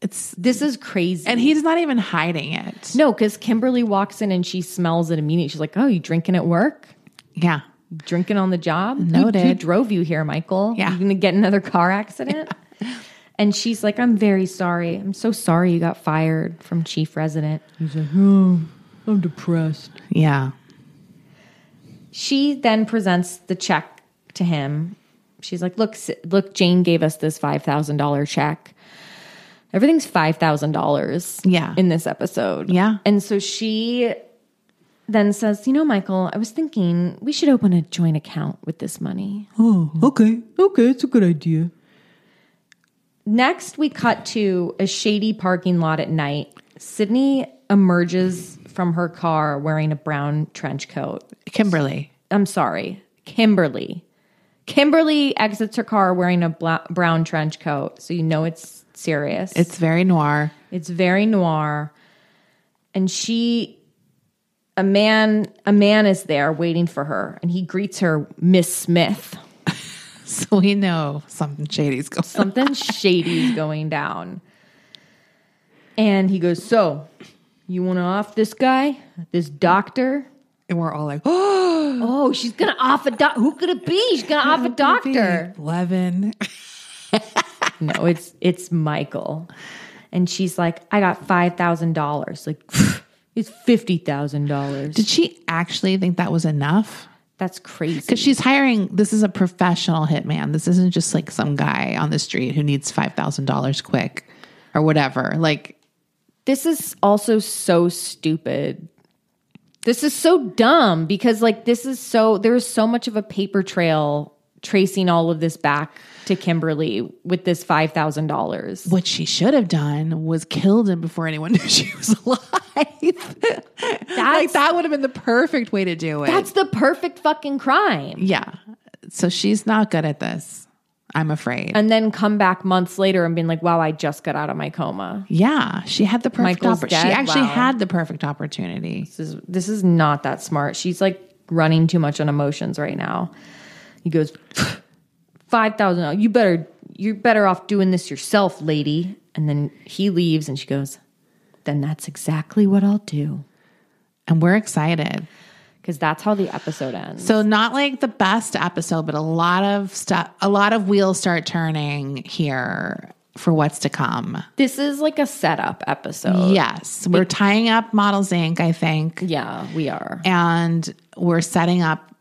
[SPEAKER 3] It's
[SPEAKER 2] This is crazy.
[SPEAKER 3] and he's not even hiding it.
[SPEAKER 2] no, because Kimberly walks in and she smells it immediately. She's like, "Oh, you drinking at work?
[SPEAKER 3] Yeah.
[SPEAKER 2] You drinking on the job? Who-
[SPEAKER 3] Noted.
[SPEAKER 2] Who, drove you here, Michael?
[SPEAKER 3] Yeah.
[SPEAKER 2] you gonna get another car accident?" And she's like, "I'm very sorry. I'm so sorry you got fired from chief resident."
[SPEAKER 3] Yeah.
[SPEAKER 2] She then presents the check to him. She's like, "Look, s- look, Jane gave us this five thousand dollar check." Everything's $5,000
[SPEAKER 3] Yeah.
[SPEAKER 2] in this episode.
[SPEAKER 3] Yeah.
[SPEAKER 2] And so she then says, You know, Michael, I was thinking we should open a joint account with this money.
[SPEAKER 6] Oh, okay. Okay, it's a good idea.
[SPEAKER 2] Next, we cut to a shady parking lot at night. Sydney emerges from her car wearing a brown trench coat.
[SPEAKER 3] Kimberly.
[SPEAKER 2] I'm sorry, Kimberly. Kimberly exits her car wearing a bla- brown trench coat, so you know it's serious.
[SPEAKER 3] It's very noir.
[SPEAKER 2] It's very noir. And she a man a man is there waiting for her and he greets her Miss Smith.
[SPEAKER 3] So we know something shady's going on.
[SPEAKER 2] Something shady's going down. And he goes, "So, you want to off this guy? This doctor?"
[SPEAKER 3] And we're all like, oh,
[SPEAKER 2] Oh, she's going to off a doc. Who could it be? She's going to off a doctor.
[SPEAKER 3] Levin.
[SPEAKER 2] No, it's it's Michael. And she's like, "I got $5,000." Like, it's $50,000.
[SPEAKER 3] Did she actually think that was enough?
[SPEAKER 2] That's crazy.
[SPEAKER 3] Because she's hiring, this is a professional hitman. This isn't just like some guy on the street who needs $5,000 quick or whatever. Like,
[SPEAKER 2] This is also so stupid. This is so dumb because, like, this is so there is so much of a paper trail tracing all of this back to Kimberly with this five thousand dollars.
[SPEAKER 3] what she should have done was killed him before anyone knew she was alive. like, that would have been the perfect way to do it.
[SPEAKER 2] That's the perfect fucking crime.
[SPEAKER 3] yeah. So she's not good at this, I'm afraid.
[SPEAKER 2] And then come back months later and being like, "Wow, I just got out of my coma."
[SPEAKER 3] yeah. She had the perfect
[SPEAKER 2] Michael's
[SPEAKER 3] opportunity. She
[SPEAKER 2] dead?
[SPEAKER 3] actually
[SPEAKER 2] Wow.
[SPEAKER 3] had the perfect opportunity.
[SPEAKER 2] This is this is not that smart. She's like running too much on emotions right now. He goes, five thousand. You better you're better off doing this yourself, lady. And then he leaves, and she goes, then that's exactly what I'll do
[SPEAKER 3] And we're excited.
[SPEAKER 2] because that's how the episode ends.
[SPEAKER 3] So not like the best episode, but a lot of stuff, a lot of wheels start turning here for what's to come.
[SPEAKER 2] this is like a setup episode.
[SPEAKER 3] Yes, we're tying up Models Inc. I think,
[SPEAKER 2] Yeah, we are,
[SPEAKER 3] and we're setting up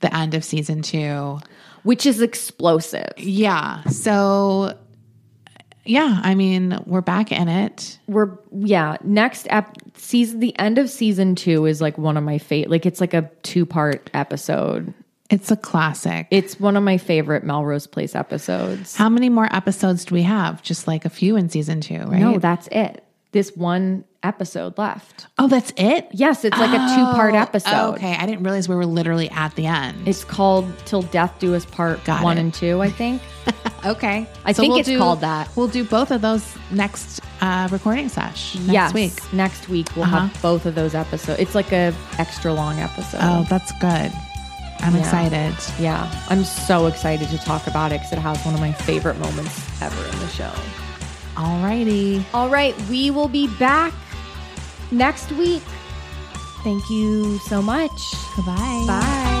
[SPEAKER 3] the end of season two.
[SPEAKER 2] which is explosive.
[SPEAKER 3] Yeah, so yeah, I mean we're back in it.
[SPEAKER 2] We're yeah. Next ep season, the end of season two is like one of my favorite. Like it's like a two part episode.
[SPEAKER 3] It's a classic.
[SPEAKER 2] It's one of my favorite Melrose Place episodes.
[SPEAKER 3] How many more episodes do we have? Just like a few in season two, right?
[SPEAKER 2] No, that's it. This one episode left.
[SPEAKER 3] oh, that's it.
[SPEAKER 2] Yes, it's like a two part
[SPEAKER 3] Oh,
[SPEAKER 2] episode.
[SPEAKER 3] Okay, I didn't realize we were literally at the end.
[SPEAKER 2] It's called Till Death Do Us Part
[SPEAKER 3] Got
[SPEAKER 2] One
[SPEAKER 3] it.
[SPEAKER 2] and Two, I think.
[SPEAKER 3] Okay.
[SPEAKER 2] I think it's called that.
[SPEAKER 3] We'll do both of those next uh, recording sesh next
[SPEAKER 2] yes.
[SPEAKER 3] week. Uh-huh.
[SPEAKER 2] Next week we'll have both of those episodes. It's like a extra long episode.
[SPEAKER 3] Oh, that's good. I'm excited.
[SPEAKER 2] Yeah. I'm so excited to talk about it because it has one of my favorite moments ever in the show.
[SPEAKER 3] All righty.
[SPEAKER 2] All right, we will be back next week. Thank you so much.
[SPEAKER 3] Goodbye.
[SPEAKER 2] Bye.